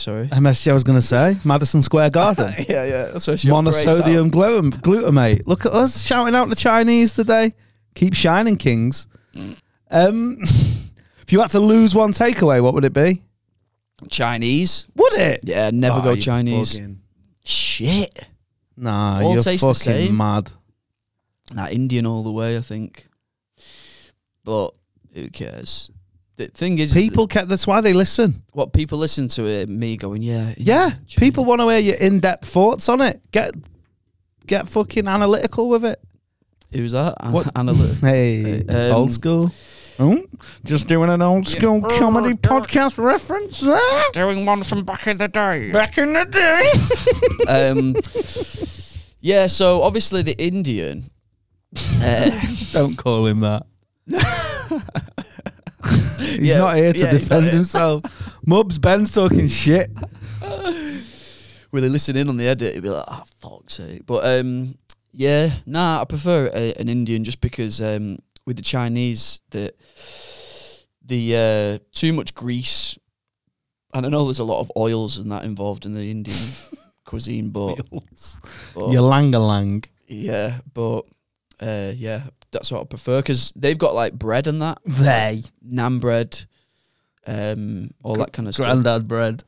C: sorry.
B: MSG, I was gonna say Madison Square Garden.
C: yeah, yeah, that's where she operates out.
B: Monosodium glu- glutamate. Look at us shouting out the Chinese today. Keep shining, kings. Um, if you had to lose one takeaway, what would it be?
C: Chinese.
B: Would it?
C: Yeah, never
B: Oh,
C: go
B: you're
C: Chinese.
B: bugging.
C: Shit.
B: Nah,
C: All
B: you're
C: taste the
B: fucking
C: same.
B: mad.
C: Nah, Indian all the way, I think. But who cares? The thing is,
B: People kept. That's why they listen.
C: what people listen to it, me going, yeah,
B: Yeah,
C: Chinese.
B: people want to hear your in-depth thoughts on it. Get, get fucking analytical with it.
C: Who's that? An-
B: What-
C: analytic.
B: Hey,
C: Um,
B: old school. Oh, just doing an old school comedy podcast reference there.
A: Doing one from back in the day.
B: Back in the day.
C: um, yeah, so obviously the Indian. Uh,
B: Don't call him that. he's
C: Yeah,
B: not here to
C: yeah, he's
B: defend
C: not here.
B: himself. Mubs Ben's talking shit.
C: when they listen in on the edit, it'd be like, oh, fuck's sake. But um, yeah, nah, I prefer a, an Indian just because um, with the Chinese, the, the uh, too much grease. And I know there's a lot of oils and that involved in the Indian cuisine, but, but-
B: Your langalang.
C: yeah, but uh, yeah, that's what I prefer because they've got like bread and that,
B: They.
C: naan bread, um, all that kind of stuff.
B: Grandad bread.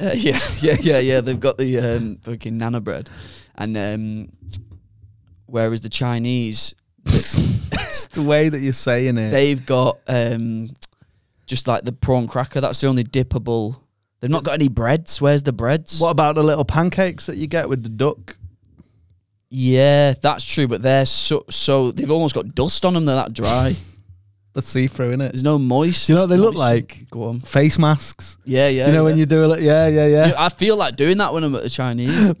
C: Uh, yeah, yeah, yeah, yeah. They've got the um, fucking nana bread, and um, whereas the Chinese,
B: Just the way that you're saying it.
C: they've got um, just like the prawn cracker. That's the only dippable. They've not got any breads. Where's the breads?
B: what about the little pancakes that you get with the duck?
C: Yeah, that's true. But they're so so. They've almost got dust on them. They're that dry.
B: The see through, innit?
C: There's no moist.
B: Do you know what they look
C: moisture.
B: like?
C: Go on.
B: Face masks.
C: Yeah, yeah.
B: you know when
C: yeah.
B: you do a little. Yeah, yeah, yeah.
C: I feel like doing that when I'm at the Chinese.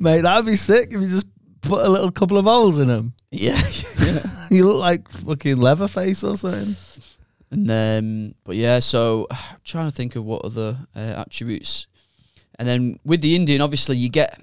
B: Mate, that'd be sick if you just put a little couple of holes in them.
C: yeah, yeah.
B: You look like fucking Leatherface or something.
C: And then, Um, but yeah, so I'm trying to think of what other uh, attributes. And then with the Indian, obviously, you get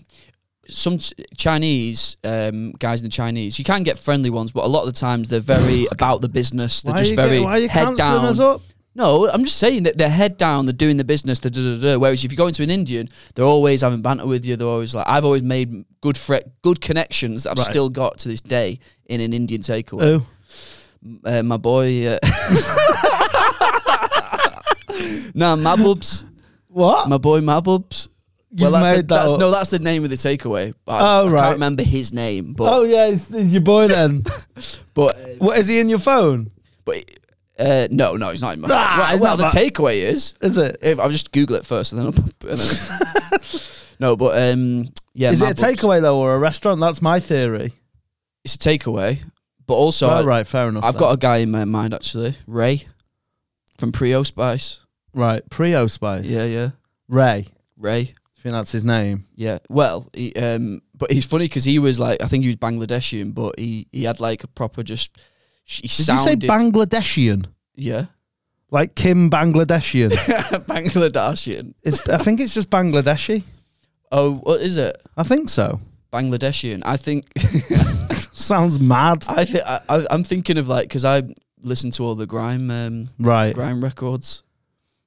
C: some Ch- Chinese um, guys in the Chinese. You can get friendly ones, but a lot of the times they're very about the business. They're
B: Why are
C: just
B: you
C: very
B: getting- why are you
C: head
B: cancelling
C: down.
B: us up?
C: No, I'm just saying that they're head down, they're doing the business, they're da da da. Whereas if you go into an Indian, they're always having banter with you. They're always like, I've always made good fre- good connections that I've
B: Right.
C: still got to this day in an Indian takeaway
B: Oh.
C: uh, my boy. Uh, nah, Mabubs.
B: What?
C: My boy Mabubs.
B: You've
C: that's the,
B: made that
C: that's,
B: up.
C: No, that's the name of the takeaway. I,
B: Oh,
C: I
B: right.
C: can't remember his name, but
B: Oh yeah, it's, it's your boy then.
C: but uh,
B: what is he in your phone?
C: but uh, no, no, he's not in my.
B: Nah,
C: well,
B: it's
C: well,
B: not Ah,
C: the
B: that-
C: takeaway is.
B: Is it?
C: If I'll just Google it first, and then I'll. pop- And then no, but um, yeah,
B: Is it a
C: Mabubs.
B: takeaway though or a restaurant? That's my theory.
C: It's a takeaway, but also
B: oh,
C: I,
B: right, fair enough.
C: I've
B: then.
C: got a guy in my mind actually, Ray, from Prio Spice.
B: right Prio Spice.
C: Yeah, yeah,
B: Ray. Do
C: Ray.
B: you think that's his name?
C: Yeah, well, he, um, but he's funny because he was like, I think he was Bangladeshian, but he he had like a proper just. sh- He
B: Did
C: sounded,
B: you say Bangladeshian?
C: yeah,
B: Like Kim Bangladeshian?
C: Bangladeshian.
B: it's, I think it's just Bangladeshi.
C: Oh, what is it?
B: I think so.
C: Bangladeshian. I think
B: Sounds mad.
C: I think I, I, I'm thinking of like because I listen to all the grime um,
B: Right.
C: grime records,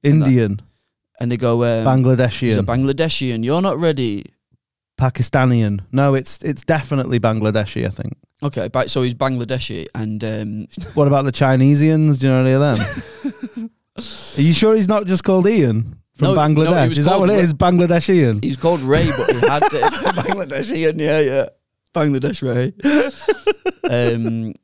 B: Indian.
C: and they go um, He's a
B: Bangladeshian.
C: Bangladeshian. You're not ready.
B: Pakistani. No, it's it's definitely Bangladeshi. I think.
C: Okay, but- so he's Bangladeshi, and um,
B: What about the Chinesians? Do you know any of them? Are you sure he's not just called Ian from
C: No, no, he
B: Bangladesh?
C: was
B: is that what
C: called
B: it
C: Ra-
B: is? Bangladesh Ian.
C: he's called Ray, but he had to, Bangladeshi, and yeah, yeah, Bangladesh Ray, um,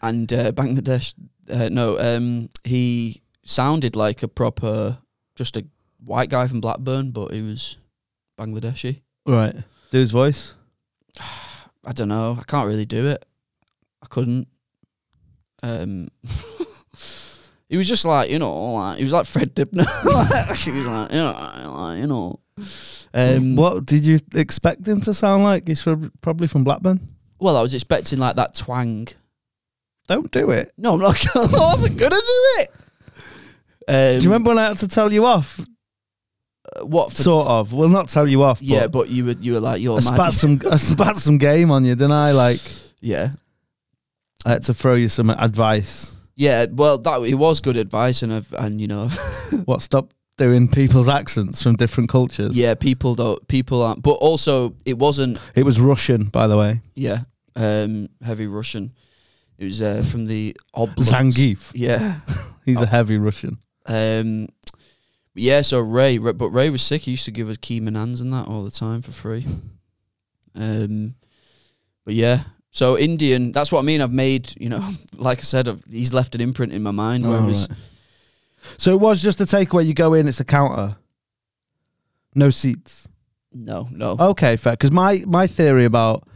C: and uh, Bangladesh. Uh, no, um, he sounded like a proper, just a white guy from Blackburn, but he was Bangladeshi.
B: Right. Dude's voice.
C: I don't know. I can't really do it. I couldn't. Um, he was just like you know, like he was like Fred Dibner. Like, he was like you know, like, you know. Um,
B: what did you expect him to sound like? He's from, probably from Blackburn.
C: Well, I was expecting like that twang.
B: Don't do it.
C: No, I'm not. Gonna, I wasn't gonna do it. Um, uh,
B: Do you remember when I had to tell you off?
C: what? For,
B: Sort of. Well, not tell you off.
C: yeah,
B: but
C: but you were you were like you're
B: I spat
C: mad.
B: some I spat some game on you, didn't I? Like
C: yeah,
B: I had to throw you some advice.
C: yeah. Well, that it was good advice, and I've, and you know,
B: What? Stop doing people's accents from different cultures.
C: yeah, people don't people aren't. But also, it wasn't
B: It was Russian, by the way.
C: Yeah, um, heavy Russian. It was uh, from the Oblongs.
B: Zangief.
C: Yeah,
B: He's
C: Oh.
B: a heavy Russian.
C: um, yeah. So Ray, Ray, but Ray was sick. He used to give us key hands and that all the time for free. Um, but yeah, so Indian. That's what I mean. I've made you know, like I said, I've, he's left an imprint in my mind. Whereas,
B: Alright. So it was just a takeaway. You go in, it's a counter. No seats.
C: no, no,
B: Okay, fair. Because my my theory about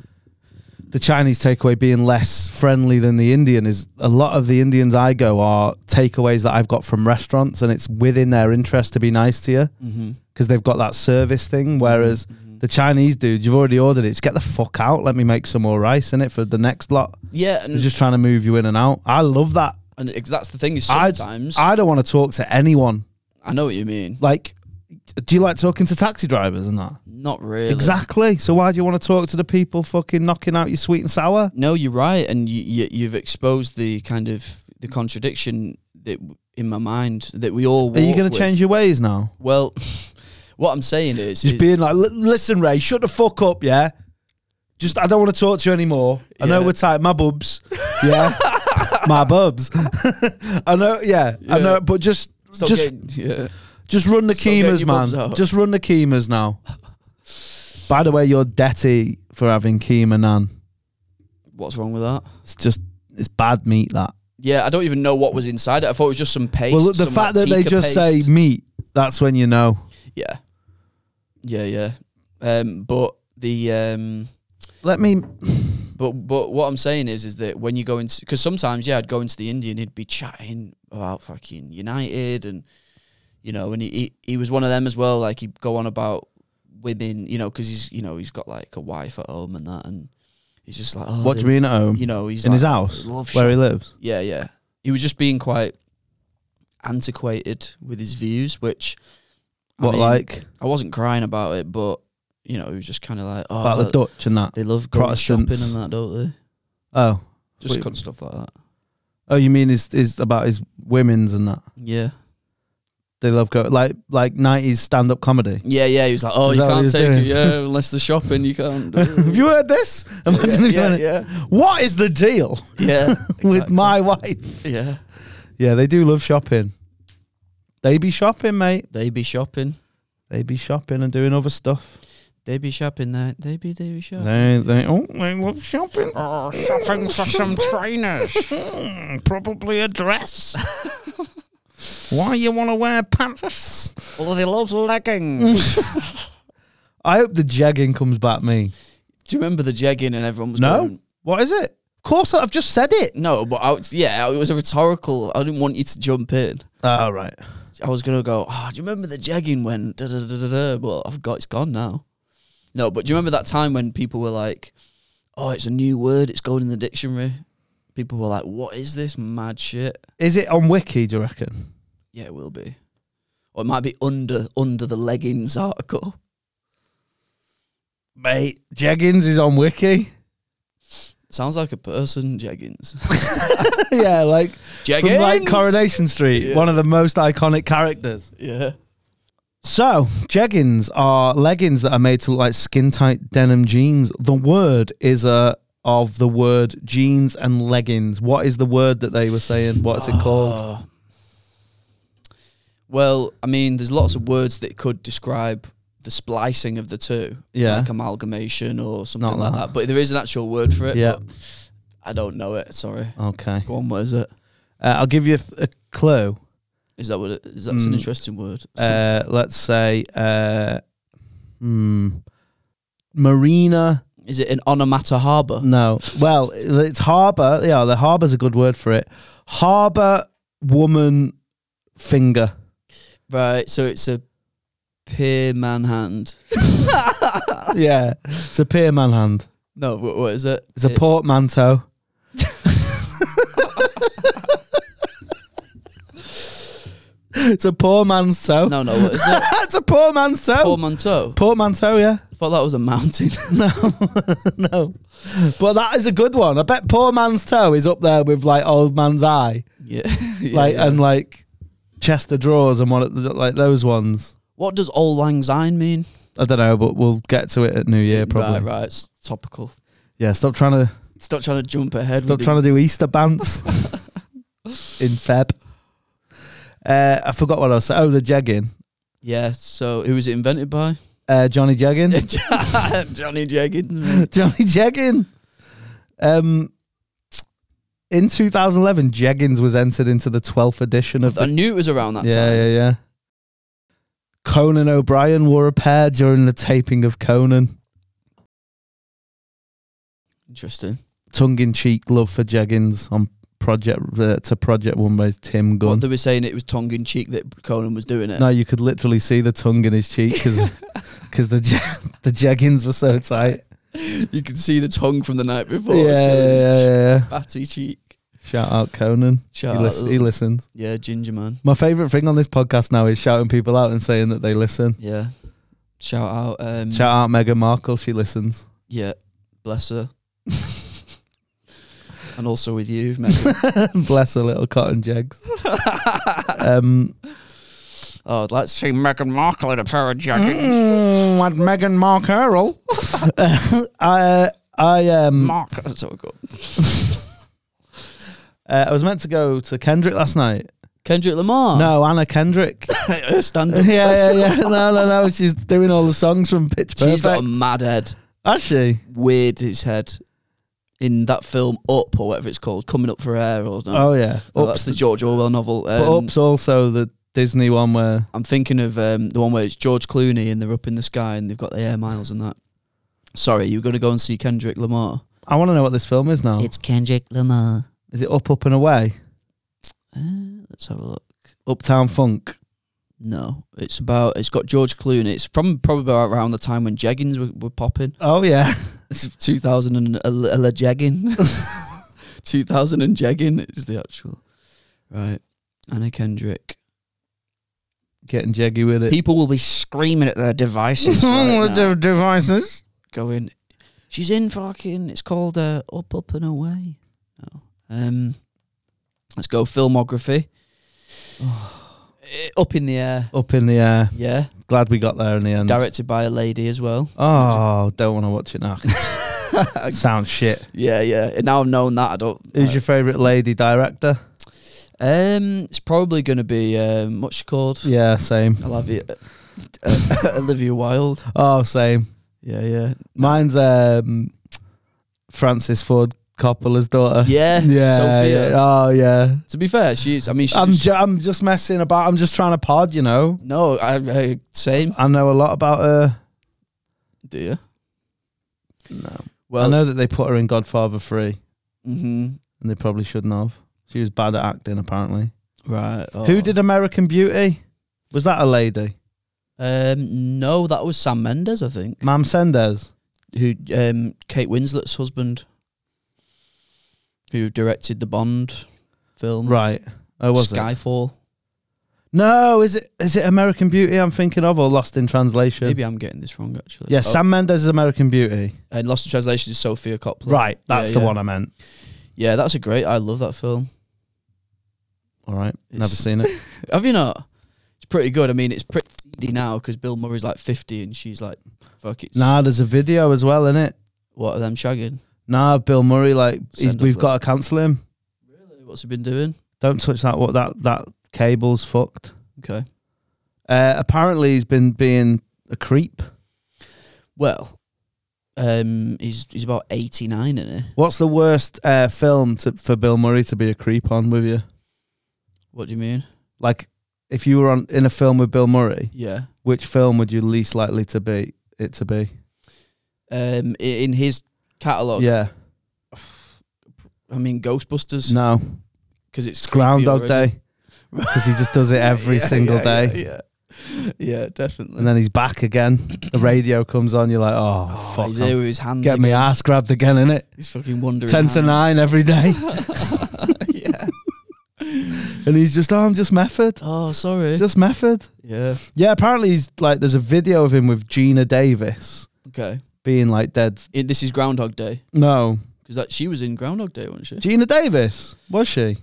B: the Chinese takeaway being less friendly than the Indian is a lot of the Indians I go are takeaways that I've got from restaurants, and it's within their interest to be nice to you
C: hmm
B: because they've got that service thing. Whereas the Chinese dudes, you've already ordered it. Just get the fuck out. Let me make some more rice in it for the next lot.
C: yeah, and,
B: They're just trying to move you in and out. I love that.
C: and ex- that's the thing is
B: I
C: sometimes I,
B: I don't want to talk to anyone.
C: know what you mean.
B: Like, do you like talking to taxi drivers and that?
C: Not really.
B: Exactly. So why do you want to talk to the people fucking knocking out your sweet and sour?
C: No, you're right, and you, you you've exposed the kind of the contradiction that w- in my mind that we all.
B: Are you
C: walk
B: going to
C: with.
B: change your ways now?
C: Well, what I'm saying is,
B: Just
C: is-
B: being like, "Li- listen, Ray, shut the fuck up, yeah. Just I don't want to talk to you anymore. I know
C: Yeah.
B: we're tight, my bubs, yeah, my bubs. I know, yeah, I
C: Yeah.
B: know, but just
C: stop
B: just
C: getting- yeah.
B: just run the
C: stop getting
B: chemas,
C: your bubs
B: man.
C: out.
B: Just run the chemas now. By the way, you're detty for having chema, nan.
C: What's wrong with that?
B: It's just it's bad meat that.
C: Yeah, I don't even know what was inside it. I thought it was just some paste.
B: well, look, the
C: some,
B: fact
C: like,
B: that they
C: tikka
B: just
C: paste.
B: say meat, that's when you know.
C: yeah, yeah, yeah. Um, but the um,
B: Let me.
C: but but what I'm saying is, is that when you go into because sometimes yeah, I'd go into the Indian, he'd be chatting about fucking United and you know, and he, he he was one of them as well. Like he'd go on about women, you know, because he's you know he's got like a wife at home and that, and he's just like, oh,
B: What do you
C: they-
B: mean at home?
C: You know, he's
B: in
C: like,
B: his house
C: love
B: where
C: shot.
B: he lives.
C: Yeah, yeah. He was just being quite antiquated with his views, which I
B: What
C: mean,
B: like
C: I wasn't crying about it, but you know, he was just kind of like, oh,
B: about the Dutch and that?
C: they love going shopping
B: Protestants.
C: and that, don't they?
B: Oh,
C: Just
B: Wait.
C: cut stuff like that.
B: oh, you mean is is about his women's and that?
C: Yeah.
B: They love go like like nineties stand up comedy.
C: Yeah, yeah. He was like, "Oh,
B: Is
C: you
B: that what he
C: can't
B: was
C: take
B: doing?
C: it, yeah, unless the shopping, you can't." do it."
B: Have you heard this? Imagine if you
C: yeah,
B: went,
C: yeah,
B: What is the deal
C: yeah.
B: with my wife?
C: exactly. yeah,
B: Yeah, they do love shopping. They be shopping, mate.
C: they be shopping,
B: They be shopping and doing other stuff.
C: they be shopping that, they be they be shopping.
B: They they oh they love shopping.
A: Oh, shopping for some trainers. Hmm, probably a dress.
B: Why you want to wear pants?
A: Well, they love leggings.
B: I hope the jegging comes back me.
C: Do you remember the jegging and everyone was
B: No,
C: going,
B: what is it? Of course, I've just said it.
C: no, but I was, yeah, it was a rhetorical. I didn't want you to jump in.
B: All right.
C: I was gonna go. Oh, do you remember the jegging when da da da da da? But I've got it's gone now. No, but do you remember that time when people were like, "Oh, it's a new word. It's going in the dictionary." People were like, "What is this mad shit?"
B: Is it on Wiki? Do you reckon?
C: Yeah, it will be. Or it might be under under the leggings article.
B: Mate, Jeggings is on Wiki.
C: Sounds like a person, Jeggings.
B: yeah, like
C: Jeggings.
B: from like Coronation Street,
C: Yeah.
B: one of the most iconic characters.
C: Yeah.
B: So, jeggings are leggings that are made to look like skin tight denim jeans. The word is uh, of the word jeans and leggings. What is the word that they were saying? What's it called?
C: Well, I mean, there's lots of words that could describe the splicing of the two,
B: Yeah.
C: like amalgamation or something
B: Not
C: like
B: that.
C: that. But there is an actual word for it.
B: Yeah.
C: But I don't know it. Sorry.
B: Okay.
C: Go on. What is it?
B: Uh, I'll give you a, a clue.
C: Is that what? It, is that's an
B: Mm.
C: interesting word?
B: Uh, let's say, uh, hmm, marina.
C: is it an onomata harbour?
B: No. Well, it's harbour. Yeah, the harbour's a good word for it. Harbour woman finger.
C: Right. So it's a peer man hand.
B: yeah. It's a peer man hand.
C: No. What, what is it?
B: It's a
C: Pe-
B: portmanteau. it's a poor man's toe.
C: No. No. What is it?
B: it's a poor man's toe.
C: Portmanteau.
B: portmanteau, yeah.
C: I thought that was a mountain.
B: No, no. But that is a good one. I bet poor man's toe is up there with like old man's eye,
C: yeah.
B: like um,
C: yeah.
B: and like chest of drawers and one like those ones.
C: what does "auld lang syne" mean?
B: I don't know, but we'll get to it at New Year probably.
C: Right. Right. It's topical.
B: Yeah, stop trying to
C: Stop trying to jump ahead.
B: Stop trying to do Easter bounce in Feb. Uh, I forgot what I was saying. Oh, the Jeggin.
C: Yeah. So who was it invented by?
B: Uh, Johnny Jeggin.
C: Johnny Jeggins. man.
B: Johnny Jeggin. Um, in 2011, Jeggins was entered into the 12th edition of the.
C: I knew it was around that
B: Yeah,
C: time.
B: yeah, yeah. Conan O'Brien wore a pair during the taping of Conan.
C: Interesting.
B: Tongue in cheek love for Jeggins on Project uh, to Project One by Tim Gunn.
C: What they were saying, it was tongue in cheek that Conan was doing it.
B: No, you could literally see the tongue in his cheek because the je- the jeggings were so tight.
C: You could see the tongue from the night before.
B: Yeah, yeah,
C: so
B: yeah,
C: it's
B: yeah.
C: Fatty cheek.
B: Shout out Conan.
C: Shout
B: he, lis-
C: out.
B: he listens.
C: Yeah, ginger man.
B: My favorite thing on this podcast now is shouting people out and saying that they listen.
C: Yeah. Shout out. Um,
B: Shout out Meghan Markle. She listens.
C: Yeah. Bless her. and also with you, Megan.
B: Bless her little cotton jegs. um,
C: oh, I'd like to see Megan
A: Markle in a pair of jeggings.
B: mm,
A: Hmm,
B: what Meghan Mark Earl? I uh, I um
C: Mark. That's what we got.
B: uh, I was meant to go to Kendrick last night.
C: Kendrick Lamar.
B: No, Anna Kendrick.
C: Her stand-up
B: yeah, yeah,
C: special.
B: yeah. No, no, no. She's doing all the songs from Pitch Perfect.
C: She's got a mad head.
B: Has she?
C: Weird his head. In that film Up or whatever it's called, Coming Up for Air or no.
B: Oh yeah.
C: Oh,
B: Ups.
C: that's the George Orwell novel.
B: but
C: Um,
B: ups also the Disney one where
C: I'm thinking of um, the one where it's George Clooney and they're up in the sky and they've got the air miles and that. Sorry, you were going to go and see Kendrick Lamar.
B: I want to know what this film is now.
C: It's Kendrick Lamar.
B: is it Up, Up and Away?
C: Uh, let's have a look.
B: Uptown Funk.
C: No, it's about it's got George Clooney. It's from probably about around the time when Jeggings were, were popping.
B: Oh yeah.
C: It's 2000 and a, a la Jegging. 2000 and Jegging is the actual right. Anna Kendrick.
B: Getting jeggy with it.
C: People will be screaming at their devices. right now.
B: devices.
C: going, she's in fucking. It's called uh, Up, Up and Away. No. Um, let's go filmography. Eh, up in the air.
B: Up in the air.
C: Yeah,
B: Glad we got there in the end.
C: directed by a lady as well.
B: oh, don't want to watch it now. Sounds shit.
C: Yeah, yeah. And now I've known that. I don't.
B: Who's your favourite lady director?
C: Um, it's probably going to be um, what's she called?
B: Yeah, same.
C: I love it. Uh, Olivia Wilde.
B: Oh, same.
C: Yeah, yeah,
B: Mine's um, Francis Ford Coppola's daughter.
C: yeah.
B: Yeah,
C: Sophia.
B: yeah. Oh, yeah.
C: To be fair, she's. I mean, she's.
B: I'm, ju- I'm just messing about. I'm just trying to pod, you know.
C: no, I, I same.
B: I know a lot about her.
C: Do you?
B: No. I
C: Well,
B: know that they put her in Godfather 3,
C: hmm
B: and they probably shouldn't have. She was bad at acting, apparently.
C: right.
B: Who
C: oh.
B: did American Beauty? Was that a lady?
C: Um, no, that was Sam Mendes, I think.
B: Mam Sendez.
C: Who, um, Kate Winslet's husband, who directed the Bond film,
B: Right. Oh, was it?
C: Skyfall.
B: No, is it is it American Beauty I'm thinking of or Lost in Translation?
C: Maybe I'm getting this wrong, actually.
B: Yeah,
C: Oh,
B: Sam Mendes is American Beauty.
C: and Lost in Translation is Sophia Coppola.
B: Right, that's
C: Yeah,
B: the
C: yeah.
B: one I meant.
C: Yeah, that's a great. I love that film.
B: All right, never
C: It's-
B: seen it.
C: Have you not? It's pretty good. I mean, it's pretty indie now because Bill Murray's like 50 and she's like, fuck it.
B: Nah, there's a video as well in it.
C: What are them shagging?
B: Nah, Bill Murray, like he's,
C: Send off
B: we've
C: the-
B: got to cancel him.
C: What's he been doing?
B: Don't touch that. What that that cable's fucked.
C: Okay.
B: Uh, apparently, he's been being a creep.
C: Well, um, he's he's about 89 in it.
B: What's the worst uh, film to, for Bill Murray to be a creep on with you?
C: What do you mean?
B: Like, if you were on in a film with Bill Murray,
C: Yeah.
B: which film would you least likely to be it to be?
C: Um, i- in his catalogue,
B: Yeah,
C: I mean, Ghostbusters,
B: no,
C: because it's
B: it's
C: creepy
B: Groundhog
C: already.
B: Day because he just does it every
C: Yeah,
B: single
C: yeah,
B: day,
C: Yeah, yeah, Yeah, definitely.
B: and then he's back again. the radio comes on, you're like, oh,
C: Oh,
B: fuck,
C: he's
B: I'm
C: here with his hands.
B: getting my
C: again.
B: ass grabbed again, innit?
C: He's fucking wandering.
B: Ten to
C: hands.
B: nine every day,
C: yeah.
B: and he's just, oh, I'm just method,
C: Oh, sorry.
B: just method.
C: yeah.
B: Yeah, apparently he's like, there's a video of him with Gina Davis
C: Okay.
B: being like dead.
C: I- this is Groundhog Day
B: No,
C: because that she was in Groundhog Day, wasn't she?
B: Gina Davis was she?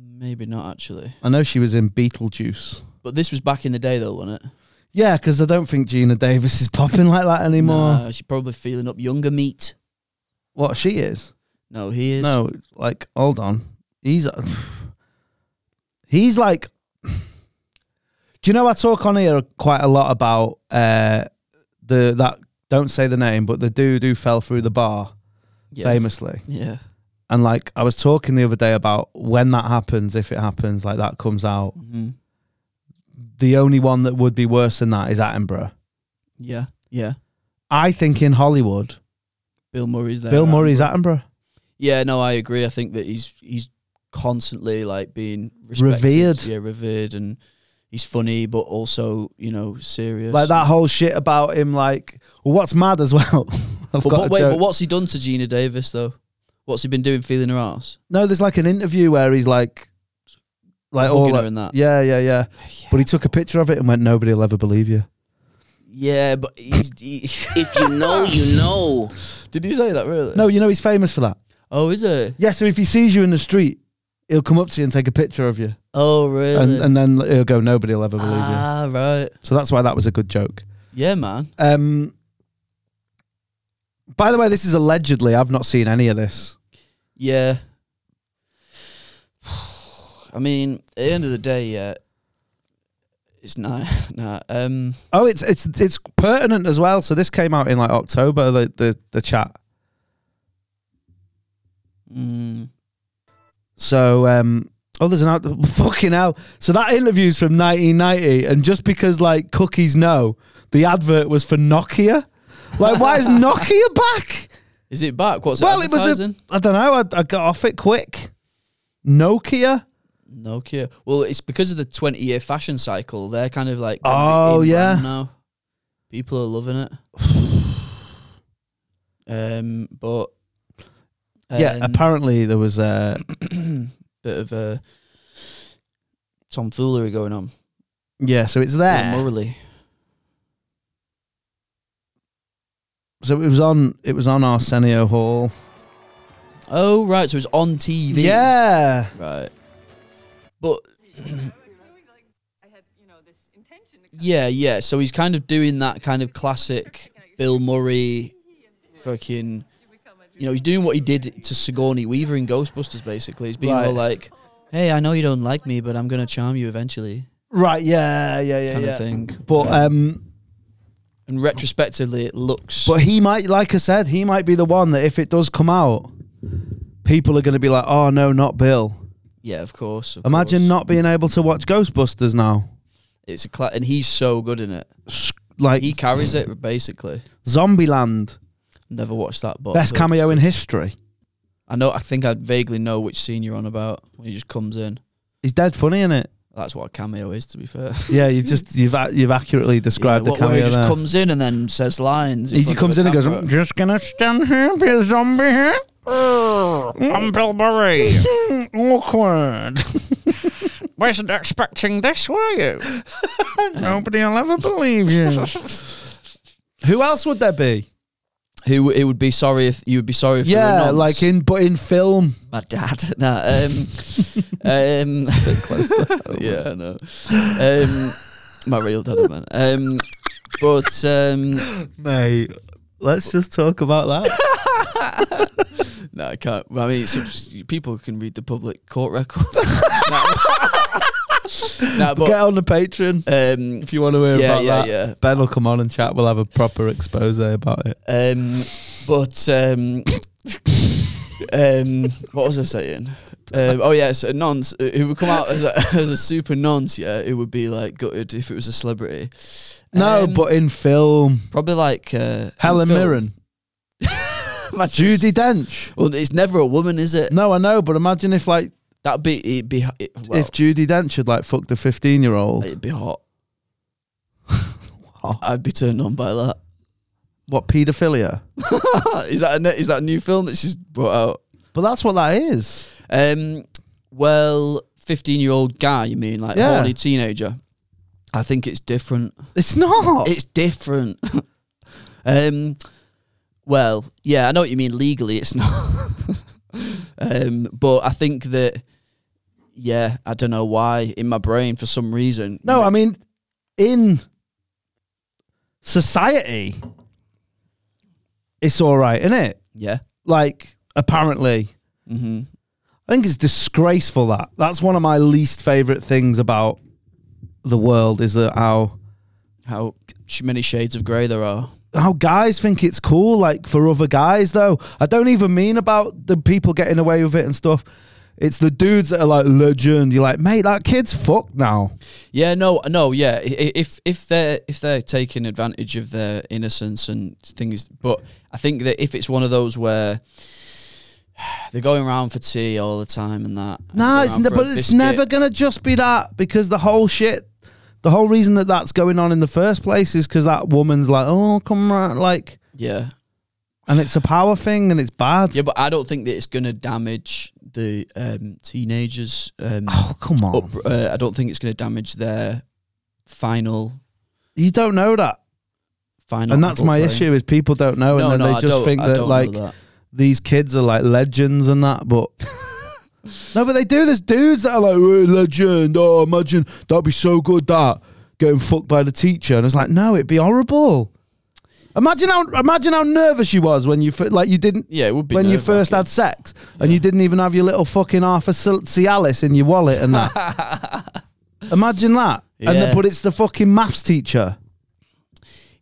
C: Maybe not actually.
B: I know she was in Beetlejuice.
C: But this was back in the day, though, wasn't it?
B: Yeah, because I don't think Gina Davis is popping like that anymore.
C: Nah, she's probably feeling up younger meat.
B: What she is?
C: No, he is.
B: No, like hold on. He's uh, he's like. Do you know I talk on here quite a lot about uh the that don't say the name, but the dude who fell through the bar
C: yeah.
B: famously,
C: Yeah.
B: and like I was talking the other day about when that happens, if it happens, like that comes out.
C: Mhm.
B: The only one that would be worse than that is Attenborough.
C: Yeah. Yeah.
B: I think in Hollywood,
C: Bill Murray's there.
B: Bill
C: now.
B: Murray's Attenborough.
C: Yeah, no, I agree. I think that he's he's constantly like being respected.
B: Revered.
C: Yeah, revered, and he's funny, but also you know serious.
B: Like that whole shit about him, like, well, what's mad as well. I've
C: But,
B: got
C: but
B: a
C: wait,
B: joke.
C: but what's he done to Gina Davis though? What's he been doing, feeling her ass?
B: No, there's like an interview where he's like, like all
C: Hugging her
B: that.
C: and that.
B: Yeah, yeah, yeah, But he took a picture of it and went, "Nobody will ever believe you."
C: Yeah, but he's, he,
E: If you know, you know.
C: did he say that really?
B: No, you know he's famous for that.
C: Oh, is it?
B: Yeah, so if he sees you in the street, he'll come up to you and take a picture of you,
C: Oh, really?
B: and and then he'll go, "Nobody will ever believe you."
C: ah, right.
B: So that's why that was a good joke.
C: Yeah, man.
B: Um. By the way, this is allegedly. I've not seen any of this.
C: Yeah. I mean, at the end of the day, yeah, it's not. Nah, um,
B: Oh, it's it's it's pertinent as well. So this came out in like October. The the, the chat.
C: mm,
B: So, um, oh, there's an out. Fucking hell. So that interview's from 1990, and just because like cookies know, the advert was for Nokia. Like, why is Nokia back?
C: Is it back? What's
B: Well,
C: it
B: it was a-
C: advertising?
B: I don't know. I, I got off it quick. Nokia.
C: Nokia. Well, it's because of the twenty-year fashion cycle. They're kind of like
B: Oh,
C: in
B: yeah.
C: brand now. People are loving it. um, but
B: yeah.
C: um,
B: Apparently there was uh
C: bit of a tomfoolery going on.
B: yeah. So it's
C: Yeah,
B: there.
C: morally,
B: So it was on. It was on Arsenio Hall.
C: oh right, so it's on TV.
B: Yeah.
C: right. But
F: I had, you know, this intention to come
C: yeah, yeah. So he's kind of doing that kind of classic Bill Murray, fucking.
F: become a
C: you know, he's doing what he did to Sigourney Weaver in Ghostbusters. Basically, he's being
B: Right.
C: all like, "Hey, I know you don't like me, but I'm gonna charm you eventually,"
B: Right. Yeah. Yeah. Yeah.
C: kind
B: yeah.
C: of thing.
B: But um.
C: And retrospectively, it looks.
B: But he might, like I said, he might be the one that if it does come out, people are going to be like, "Oh no, not Bill."
C: yeah, of course. of
B: Imagine
C: course.
B: not being able to watch Ghostbusters now.
C: It's a cla- and he's so good in it.
B: S- Like
C: He carries it basically.
B: Zombieland,
C: Never watched that, but
B: best cameo in history.
C: I know. I think I vaguely know which scene you're on about when he just comes in.
B: He's dead funny in it.
C: That's what a cameo is, to be fair.
B: Yeah, you've just you've a- you've accurately described
C: Yeah,
B: the
C: what- where
B: cameo.
C: he just
B: there.
C: comes in and then says lines.
B: he
C: front of
B: comes
C: a
B: in and goes,
C: camera.
B: "Mm,
A: Just gonna stand here, be a zombie here. I'm Bill Murray.
B: "Awkward."
A: Wasn't expecting this, were you? Nobody will ever believe you.
B: Who else would there be?
C: "Who it would be sorry if you would be sorry if you were
B: Yeah,
C: nonce.
B: like in but in film.
C: my dad. Nah, um, um, yeah, I know. Um, my real dad, man. Um, but um,
B: Mate, let's just talk about that.
C: no, I can't. Well, I mean, it's, people can read the public court records. no, No,
B: Get
C: but
B: on the Patreon
C: um,
B: if you want to hear
C: Yeah,
B: about
C: yeah,
B: that.
C: yeah.
B: Ben will come on and chat. We'll have a proper expose about it.
C: um, but um, um, what was I saying? Um, oh yes, a nonce uh, who would come out as a, as a super nonce, yeah, who would be like gutted if it was a celebrity.
B: No,
C: Um,
B: but in film,
C: probably like uh,
B: Helen
C: in film.
B: Mirren,
C: Imagine-
B: Judy Dench.
C: Well, it's never a woman, is it?
B: No, I know, but imagine if like
C: That'd be it'd be it, well,
B: if Judy Dench had like fucked a fifteen-year-old.
C: it'd be hot. I'd be turned on by that.
B: What pedophilia?
C: is that a, ne- is that a new film that she's brought out?
B: But that's what that is.
C: Um, well, fifteen-year-old guy, you mean like
B: Yeah.
C: horny teenager? I think it's different.
B: It's not.
C: It's different. um, well, yeah, I know what you mean. Legally, it's not. um, but I think that, yeah, I don't know why in my brain for some reason.
B: no, I mean, in society, it's all right, isn't it?
C: yeah,
B: Like, apparently,
C: hmm
B: I think it's disgraceful that that's one of my least favorite things about the world is that how
C: how sh- many shades of grey there are.
B: how guys think it's cool, like for other guys though. I don't even mean about the people getting away with it and stuff. It's the dudes that are like legend. You're like, mate, that kid's fucked now.
C: Yeah, no, no, yeah. I- i- If if they're if they're taking advantage of their innocence and things, but I think that if it's one of those where they're going around for tea all the time and that. and
B: Nah,
C: going
B: it's
C: around
B: ne-
C: for a
B: but it's
C: biscuit.
B: never gonna just be that because the whole shit, the whole reason that that's going on in the first place is because that woman's like, oh, come right, like,
C: Yeah,
B: and it's a power thing and it's bad.
C: yeah, but I don't think that it's gonna damage the um, teenagers. Um,
B: Oh, come on,
C: up, uh, I don't think it's gonna damage their final
B: you don't know that,
C: final.
B: and that's my
C: upbringing.
B: issue is people don't know,
C: No,
B: and then
C: no,
B: they
C: I
B: just
C: don't-
B: think
C: I
B: that
C: don't know
B: like
C: that.
B: these kids are like legends and that, but no, but they do. There's dudes that are like "We're a legend. Oh, imagine that'd be so good. That getting fucked by the teacher, and it's like, no, it'd be horrible. Imagine how imagine how nervous you was when you fir- like you didn't
C: Yeah, it would be
B: when you first had
C: nerve-wracking.
B: sex and you didn't even have your little fucking half a Cial- Cialis in your wallet and that. imagine that. And the,
C: Yeah.
B: but it's the fucking maths teacher.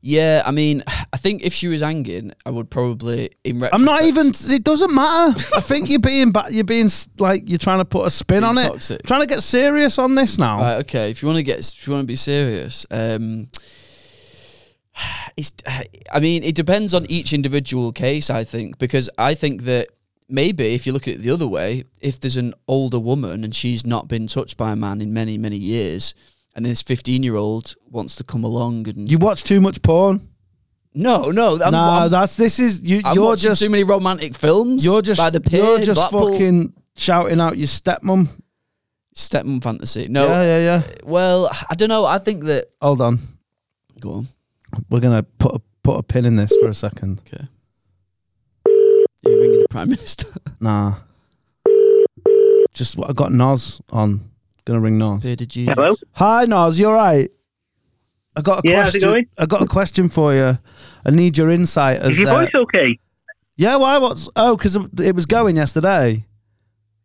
C: Yeah, I mean, I think if she was hanging, I would probably in
B: I'm not
C: retrospect-
B: even. It doesn't matter. I think you're being ba- you're being s- like you're trying to put a spin
C: Being
B: on it.
C: toxic.
B: Trying to get serious on this now.
C: Right, okay. If you want to get, if you want to be serious, um, it's. I mean, it depends on each individual case. I think because I think that maybe if you look at it the other way, if there's an older woman and she's not been touched by a man in many many years, and this fifteen year old wants to come along and
B: You watch too much porn.
C: no no I'm,
B: No, nah,
C: I'm,
B: that's this is you.
C: I'm
B: you're
C: watching
B: just
C: too many romantic films.
B: you're just
C: by the pier,
B: you're just
C: Blackpool.
B: fucking shouting out your stepmom.
C: stepmom fantasy. No,
B: Yeah, yeah, yeah.
C: well I don't know. I think that
B: Hold on,
C: go on.
B: we're gonna put a, put a pin in this for a second.
C: Okay. You're ringing the Prime Minister.
B: Nah, just I got Noz on. Gonna ring Noz.
C: Who did you?
G: Hello?
B: Hi Noz, you're right. I got a
G: Yeah, how's it
B: question.
G: going?
B: I got a question for you. I need your insight as
G: Is your
B: uh,
G: voice okay?
B: Yeah, why? What's oh? Because it was going yesterday.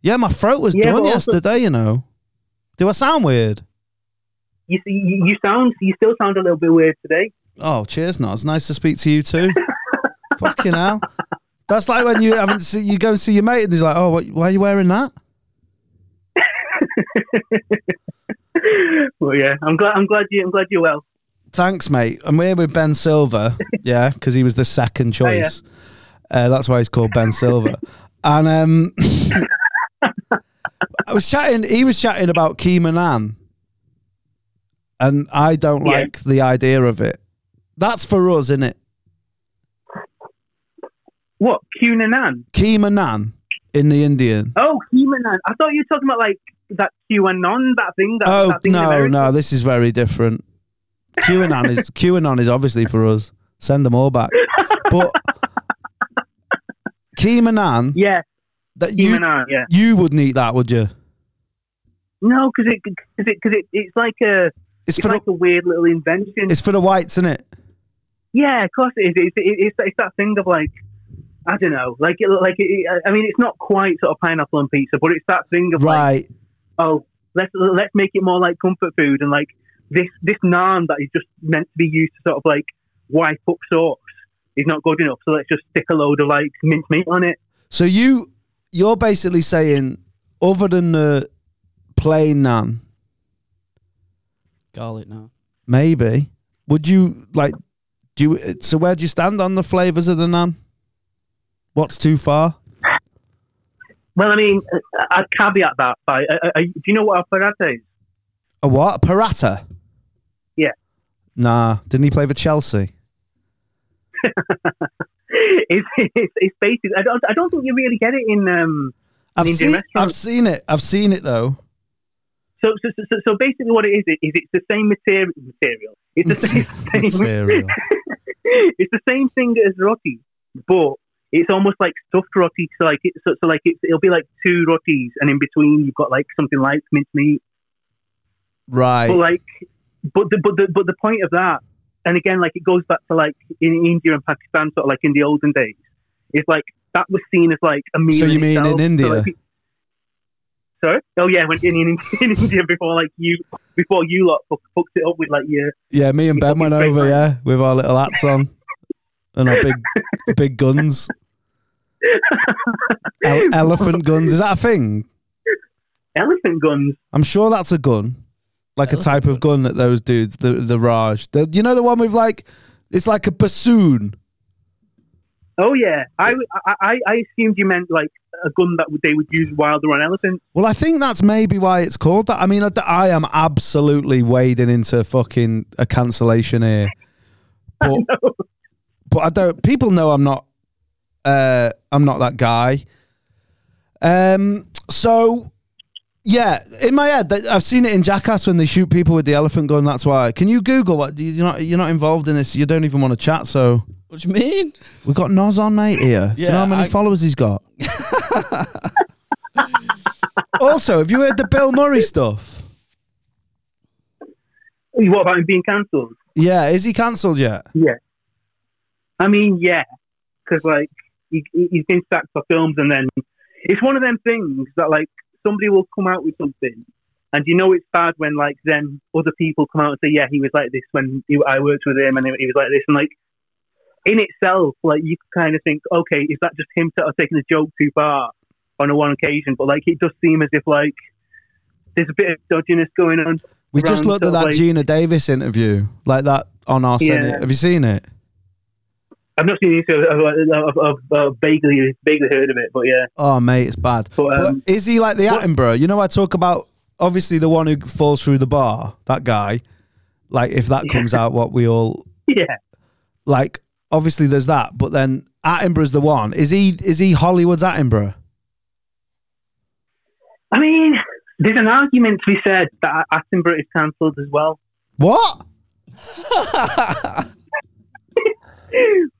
B: Yeah, my throat was
G: Yeah,
B: done
G: but also-
B: yesterday. You know, do I sound weird?
G: You, you you sound you still sound a little bit weird today.
B: Oh, cheers, Noz. Nice to speak to you too. Fucking hell, that's like when you haven't see you go and see your mate and he's like, "Oh, what, why are you wearing that?"
G: Well, yeah, I'm glad I'm glad you I'm glad you're well.
B: Thanks, mate. I'm here with Ben Silver. yeah, because he was the second choice. Uh, that's why he's called Ben Silver. and um, I was chatting. He was chatting about Keemanan, and I don't
G: Yeah.
B: like the idea of it. That's for us, isn't it?
G: What Cunanan?
B: Keemanan in the Indian.
G: Oh, Cunanan. I thought you were talking about like that QAnon that thing. That,
B: oh
G: that thing in
B: no,
G: America.
B: no, this is very different. QAnon is QAnon is obviously for us. Send them all back, but. Keemanan,
G: Yeah,
B: that you
G: Cunanan. Yeah.
B: You wouldn't eat that, would you?
G: No, because it because it because it, it's like a
B: It's
G: It's
B: for
G: like
B: the,
G: a weird little invention.
B: it's for the whites, isn't it?
G: Yeah, of course it is. It's, it, it's, it's that thing of like, I don't know, like it, like it, I mean, it's not quite sort of pineapple and pizza, but it's that thing of like,
B: Right.
G: oh, let's let's make it more like comfort food and like this this naan that is just meant to be used to sort of like wipe up sauce is not good enough, so let's just stick a load of like minced meat on it.
B: So you you're basically saying other than the plain naan,
C: Garlic now.
B: maybe would you like do you, so where do you stand on the flavors of the naan? What's too far?
G: Well, I mean, I- I'd caveat that by, I, I, I- do you know what a paratha is?
B: A what? A Parata?
G: Yeah.
B: Nah, didn't he play for Chelsea?
G: It's, it's, it's basically, I don't, I don't think you really get it in, um,
B: I've
G: Indian
B: seen,
G: restaurant.
B: I've seen it. I've seen it though.
G: So, so, so, so basically, what it is is it's the same material. Material. It's the same.
B: Material.
G: it's the same thing as roti, but it's almost like stuffed roti. So like, it, so, so like it's, it'll be like two rotis, and in between you've got like something like minced meat. But
B: Right.
G: like, but the but the but the point of that, and again, like it goes back to like in India and Pakistan, sort of like in the olden days, it's like that was seen as like a meal.
B: So you mean in
G: itself.
B: India?
G: So, like, pe- Sorry? Oh yeah, when in, in, in India before like you before you lot fuck- fucked it up with like your
B: Yeah, me and Ben went
G: Fucking
B: over,
G: great,
B: yeah, with our little hats on and our big big guns. El- elephant guns. Is that a thing?
G: elephant guns.
B: I'm sure that's a gun, like a type of gun that those dudes, the the Raj, the, you know, the one with like, it's like a bassoon.
G: Oh yeah, I, I I I assumed you meant like a gun that they would use while they're on elephants.
B: Well, I think that's maybe why it's called that. I mean, I, I am absolutely wading into fucking a cancellation here, but but I don't. People know I'm not. Uh, I'm not that guy. Um. So, yeah, in my head, th- I've seen it in Jackass when they shoot people with the elephant gun. That's why. Can you Google what? You're not. You're not involved in this. You don't even want to chat. So
C: What do you mean?
B: we've got Noz on, mate. Here. Do you know
C: Yeah,
B: how many
C: I-
B: followers he's got? also, have you heard the Bill Murray stuff?
G: What about him being cancelled?
B: Yeah, is he cancelled yet?
G: Yeah, I mean yeah, because like he, he- he's been sacked for films, and then it's one of them things that like somebody will come out with something, and you know it's bad when like then other people come out and say yeah he was like this when he, I worked with him and he was like this and like. In itself, like you kind of think, okay, is that just him sort of taking the joke too far on a one occasion? But like, it does seem as if like there's a bit of dodginess going on.
B: We just
G: around
B: looked at
G: sort of,
B: that
G: like-
B: Gina Davis interview, like that on our
G: Yeah.
B: Senate. Have you seen it?
G: I've not seen it, so I've, I've, I've, I've vaguely, vaguely heard of it, but yeah.
B: Oh, mate, it's bad.
G: But, um,
B: but is he like the Attenborough? You know, I talk about obviously the one who falls through the bar, that guy. Like, if that comes out, what we all
G: Yeah.
B: like. Obviously, there's that, but then Attenborough's the one. Is he? Is he Hollywood's Attenborough?
G: I mean, there's an argument to be said that Attenborough is cancelled as well.
B: What?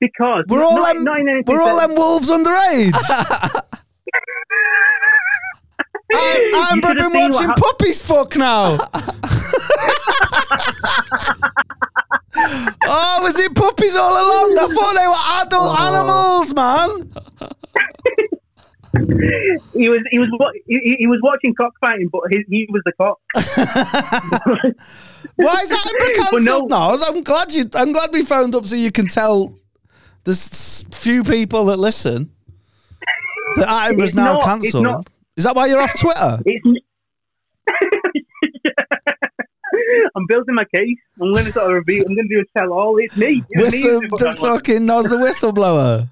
G: Because
B: We're all
G: not,
B: them,
G: not in anything
B: we're all
G: that-
B: them wolves underage. I, I'm
G: You should've
B: been
G: seen what
B: watching
G: hap-
B: puppies fuck now. oh, was it puppies all along? I thought they were adult animals, man.
G: He was he was wa- he, he- he was watching cockfighting, but his, he was the cock.
B: Why is that
G: But
B: cancelled
G: no-
B: now? I'm glad you. I'm glad we phoned up so you can tell the s- few people that listen that Attenborough's
G: It's
B: now
G: not- it's
B: cancelled.
G: not-
B: Is that why you're off Twitter?
G: It's n- I'm building my case. I'm going to sort of review. I'm going to do a tell all. It's me. It's me.
B: Whistle
G: who's
B: the
G: fucking-
B: fucking Nas the whistleblower.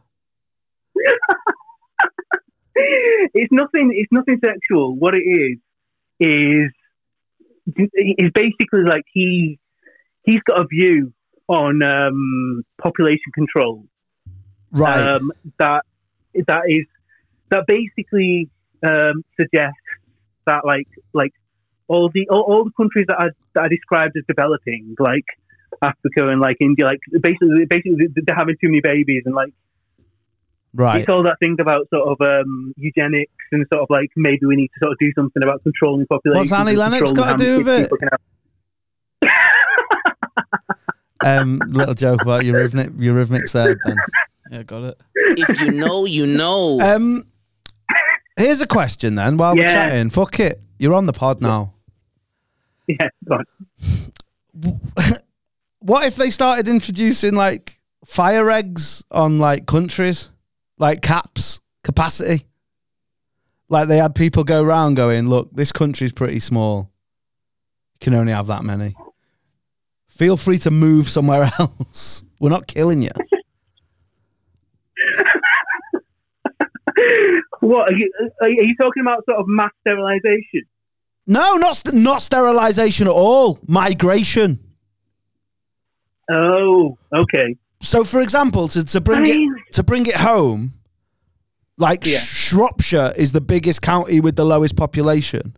G: it's nothing. It's nothing sexual. What it is is is basically like he he's got a view on um, population control
B: Right.
G: um, that that is that basically um, suggests that like like all the all, all the countries that are, that are described as developing like Africa and like India like basically basically they're having too many babies and like
B: right.
G: it's all that thing about sort of um, eugenics and sort of like maybe we need to sort of do something about controlling populations.
B: What's Annie
G: and
B: Lennox
G: controlling
B: got to
G: how
B: do
G: many
B: with
G: kids
B: it?
G: people can have.
B: Um, little joke about your rhythmic, your rhythmics there, Ben.
C: Yeah, got it.
E: If you know, you know.
B: Um, here's a question then. While we're
G: Yeah.
B: chatting, fuck it, you're on the pod now.
G: Yeah, God.
B: What if they started introducing like fire eggs on like countries, like caps capacity? Like they had people go round going, look, this country's pretty small. You can only have that many. Feel free to move somewhere else. We're not killing you.
G: What are you, are you talking about? Sort of mass sterilization?
B: No, not st- not sterilization at all. Migration.
G: Oh, okay.
B: So, for example, to, to bring
G: Fine.
B: it to bring it home, like
G: Yeah.
B: Shropshire is the biggest county with the lowest population.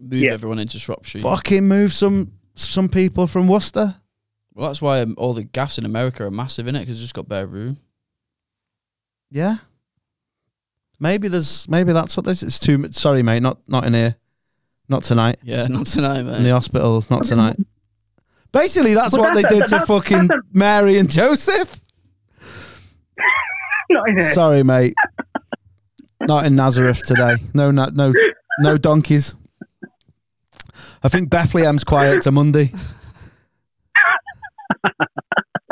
C: Move
G: Yeah.
C: everyone into Shropshire.
B: Fucking move some some people from Worcester.
C: Well, that's why um, all the gaffs in America are massive, innit? Because it's just got bare room.
B: Yeah, maybe there's maybe that's what this. It's too. m- Sorry, mate. Not not in here. Not tonight.
C: Yeah, not tonight,
B: In the
C: mate.
B: hospitals. Not tonight. Basically, that's
G: Well,
B: what
G: that's
B: they
G: a-
B: did to
G: that's-
B: fucking
G: that's
B: Mary and Joseph.
G: Not in here.
B: Sorry, mate. Not in Nazareth today. No, no, no, no donkeys. I think Bethlehem's quiet to Monday.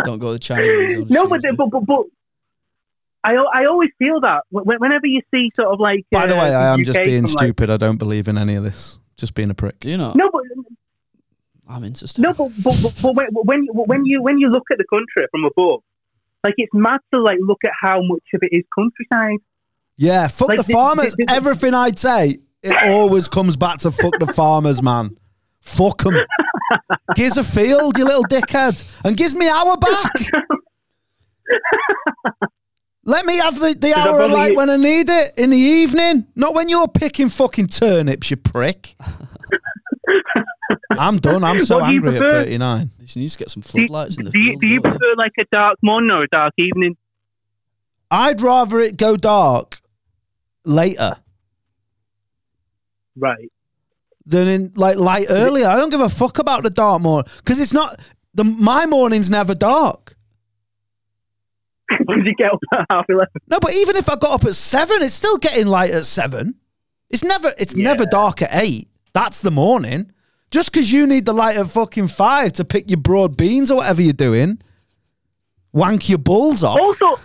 C: Don't go to Chinese.
G: no, but, but but but I al- I always feel that wh- wh- whenever you see sort of like.
B: By the
G: uh,
B: way, I am just
G: UK
B: being
G: from, like-
B: stupid. I don't believe in any of this. Just being a prick.
C: do you not?
G: No, but
C: I'm into stuff.
G: no, but but, but, but when, when when you when you look at the country from above, like it's mad to like look at how much of it is countryside.
B: Yeah, fuck
G: Like,
B: the
G: thi-
B: farmers.
G: thi- thi-
B: Everything I'd say, it always comes back to fuck the farmers, man. Fuck 'em. Gives a field, you little dickhead, and gives me hour back. Let me have the, the
G: that
B: hour of
G: bother
B: light
G: you?
B: when I need it in the evening, not when you're picking fucking turnips, you prick. I'm done. I'm so
G: What do you
B: angry at
G: prefer?
B: 39.
C: You just need to get some
G: Do you,
C: floodlights in the
G: do you,
C: field.
G: do you
C: don't
G: prefer like a dark morning or a dark evening?
B: I'd rather it go dark later
G: Right.
B: than in like light earlier. I don't give a fuck about the dark morning because it's not the my morning's never dark.
G: Did you get up at half eleven?
B: No, but even if I got up at seven, it's still getting light at seven. It's never it's never dark at eight. That's the morning. Just because you need the light at fucking five to pick your broad beans or whatever you're doing, wank your bulls off.
G: Also,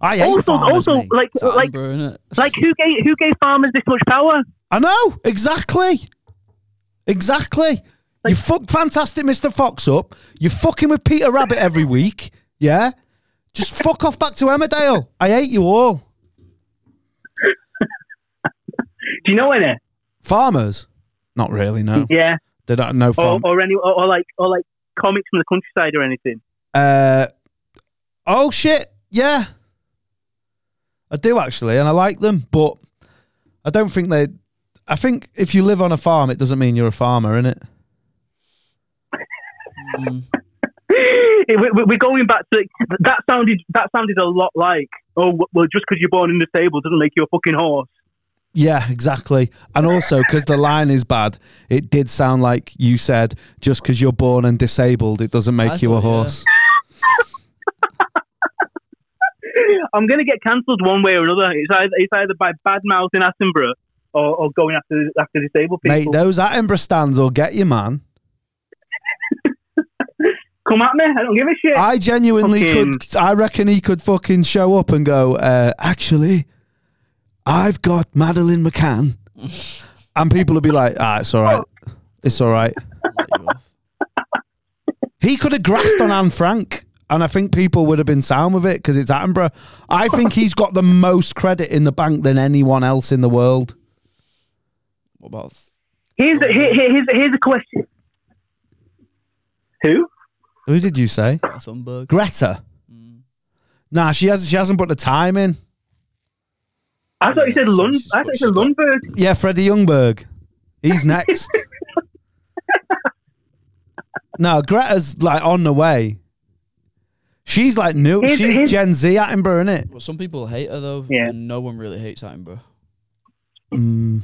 B: I hate
G: also,
B: farmers,
G: also,
B: mate.
G: like
C: It's
G: like
C: Attenborough, innit?
G: like who gave who gave farmers this much power?
B: I know exactly, exactly. you fuck fantastic Mr. Fox up. You're fucking with Peter Rabbit every week. Yeah, just fuck off back to Emmerdale. I hate you all,
G: Do you know any?
B: farmers. Not really. No,
G: Yeah.
B: they don't know
G: Or,
B: farm.
G: or any or, or like or like comics from the countryside or anything.
B: Uh, oh shit! Yeah, I do actually, and I like them, but I don't think they. I think if you live on a farm, it doesn't mean you're a farmer, innit?
G: Hey, we- we- We're going back to that sounded that sounded a lot like oh well just because you're born in the stable doesn't make you a fucking horse.
B: Yeah, exactly. And also, because the line is bad, it did sound like you said, just because you're born and disabled, it doesn't make
C: I
B: you a
C: thought, yeah.
B: horse.
G: I'm gonna get cancelled one way or another. It's either it's either by bad mouth in Attenborough or, or going after after disabled people.
B: Mate, those Attenborough stands will get you, man.
G: Come at me, I don't give a shit.
B: I genuinely
G: Fucking-
B: could, I reckon he could fucking show up and go, uh, actually, I've got Madeline McCann. and people would be like, ah, it's all right. It's all right.
C: Let you off.
B: He could have grasped on Anne Frank, and I think people would have been sound with it because it's Attenborough. I think he's got the most credit in the bank than anyone else in the world.
C: What about
G: here's, a, here, here- here's a- here's a question. Who?
B: Who did you say?
C: Thunberg?
B: Greta. Nah, she has she hasn't put the time in.
G: I thought you said
C: Yeah,
G: Lund.
C: she's
G: I
C: got-
G: thought
C: she's
G: you said
C: got-
G: Lundberg.
B: Yeah, Freddie Youngberg. He's next. no, Greta's like on the way. She's like new.
G: Here's-
B: she's
G: here's-
B: Gen Z Attenborough, innit?
C: Well, some people hate her though.
G: Yeah.
C: And no one really hates Attenborough.
B: Mm.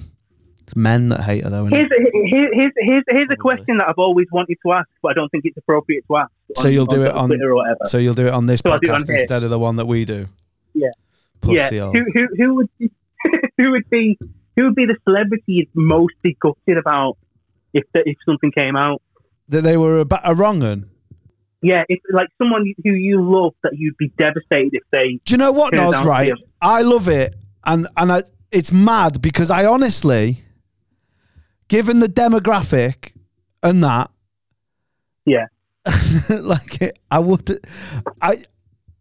B: It's men that hate her though. innit?
G: Here's a, here- here's, here's, here's
C: Probably.
G: a question that I've always wanted to ask, but I don't think it's appropriate to ask.
B: So you'll do it on-
G: Twitter or whatever.
B: So you'll do it on this
G: So I'll do it on
B: podcast
G: here.
B: instead of the one that we do.
G: Yeah.
B: Pussy
G: yeah.
B: hole.
G: Who, who, who would be, who would be who would be the celebrity you'd most be gutted about if the, if something came out?
B: That they were a, ba- a wrong un.
G: Yeah, it's like someone who you love that you'd be devastated if they.
B: Do you know what,
G: Turn it
B: Noz?
G: down,
B: Right,
G: yeah.
B: I love it, and and I, it's mad because I honestly, given the demographic and that,
G: Yeah.
B: like it, I would, I,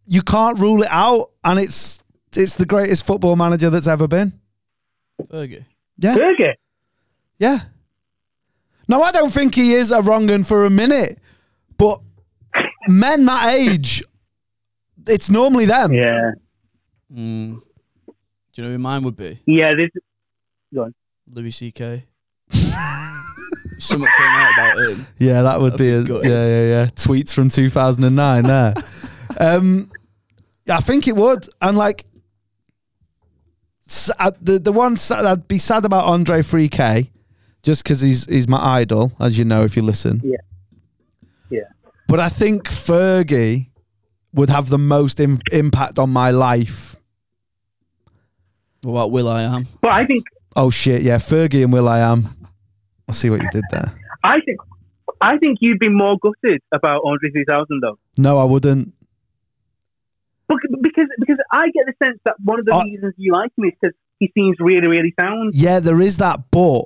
B: you can't rule it out, and it's it's the greatest football manager that's ever been.
C: Fergie.
B: Yeah,
G: Burger.
B: yeah. No, I don't think he is a wrong un for a minute, but men that age, it's normally them.
G: Yeah.
C: Mm. Do you know who mine would be?
G: Yeah. This.
C: Louis C.K. Something came out about him.
B: Yeah, that would be,
C: That'd
B: a,
C: be good.
B: yeah, yeah, yeah. Tweets from 2009 there. um, I think it would, and like s- uh, the the one sa- I'd be sad about Andre 3K, just because he's he's my idol, as you know if you listen.
G: Yeah. Yeah.
B: But I think Fergie would have the most Im- impact on my life.
C: What about Will I Am?
G: But I think
B: Oh shit, yeah, Fergie and Will I Am. I see what you did there.
G: I think I think you'd be more gutted about Andre 3000 though.
B: No, I wouldn't.
G: Bec- Because because I get the sense that one of the
B: I-
G: reasons you like him is because he seems really really sound.
B: Yeah, there is that, but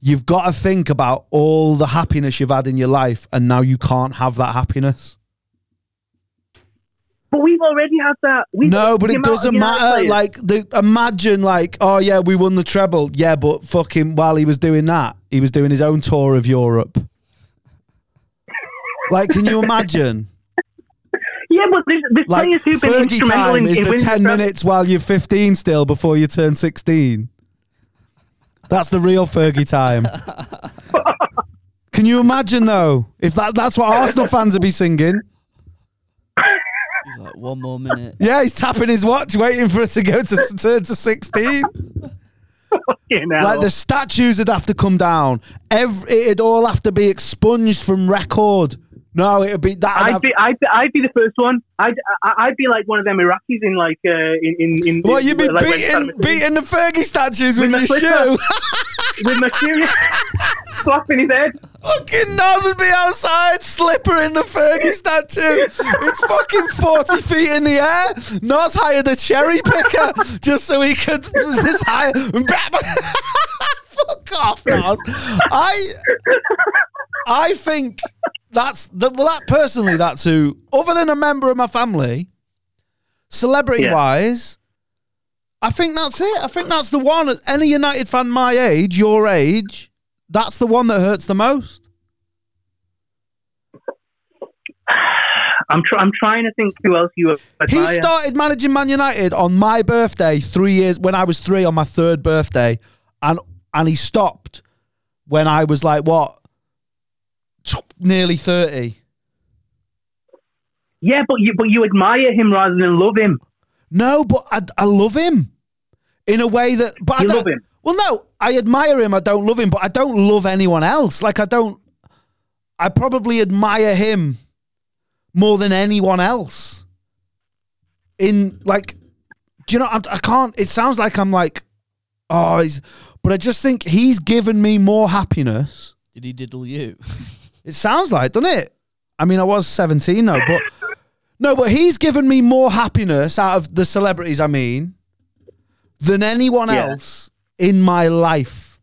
B: you've got to think about all the happiness you've had in your life, and now you can't have that happiness.
G: But we've already had that. We've
B: no, but
G: the
B: it
G: amount of
B: doesn't
G: United
B: matter.
G: players-
B: Like, the, imagine, like, oh yeah, we won the treble. Yeah, but fucking while he was doing that, he was doing his own tour of Europe. Like, can you imagine?
G: yeah, but there's, there's
B: Like,
G: players who've been
B: Fergie
G: instrumental
B: time
G: in,
B: is
G: in
B: the
G: winning
B: ten
G: the treble.
B: minutes while you're 15 still before you turn 16. That's the real Fergie time. Can you imagine though? If that, that's what Arsenal fans would be singing.
C: He's like, one more minute.
B: Yeah, he's tapping his watch, waiting for us to go to s- turn to 16.
G: Fucking hell.
B: Like the statues would have to come down. Every, it'd all have to be expunged from record. No, it'd be that.
G: I'd be, I'd, be- I'd be the first one. I'd, I- I'd be like one of them Iraqis in like, uh, in, in, in.
B: what you'd be
G: like, when
B: beating,
G: Saddam Hussein-
B: beating the Fergie statues with,
G: With my
B: your
G: slipper.
B: shoe.
G: with material slapping his head.
B: Fucking Nas would be outside, slipper in the Fergie statue. It's fucking 40 feet in the air. Nas hired a cherry picker just so he could just hire. Fuck off, Nas. I, I think that's the, well, that personally, that's who, other than a member of my family, celebrity wise, I think that's it. I think that's the one. that Any United fan my age, your age, that's the one that hurts the most.
G: I'm, tr- I'm trying to think who else you admire.
B: He started managing Man United on my birthday three years when I was three on my third birthday, and and he stopped when I was like what, tw- nearly thirty.
G: yeah, but you, but you admire him rather than love him.
B: No, but I, I love him in a way that. But I
G: You
B: don't-
G: love him?
B: Well, no, I admire him. I don't love him, but I don't love anyone else. Like I don't. I probably admire him more than anyone else. In like, do you know? I'm, I can't. It sounds like I'm like, oh, he's. But I just think he's given me more happiness.
C: Did he diddle you?
B: It sounds like, doesn't it? I mean, I was 17 though, but no, but he's given me more happiness out of the celebrities, I mean, than anyone
G: Yeah.
B: else in my life.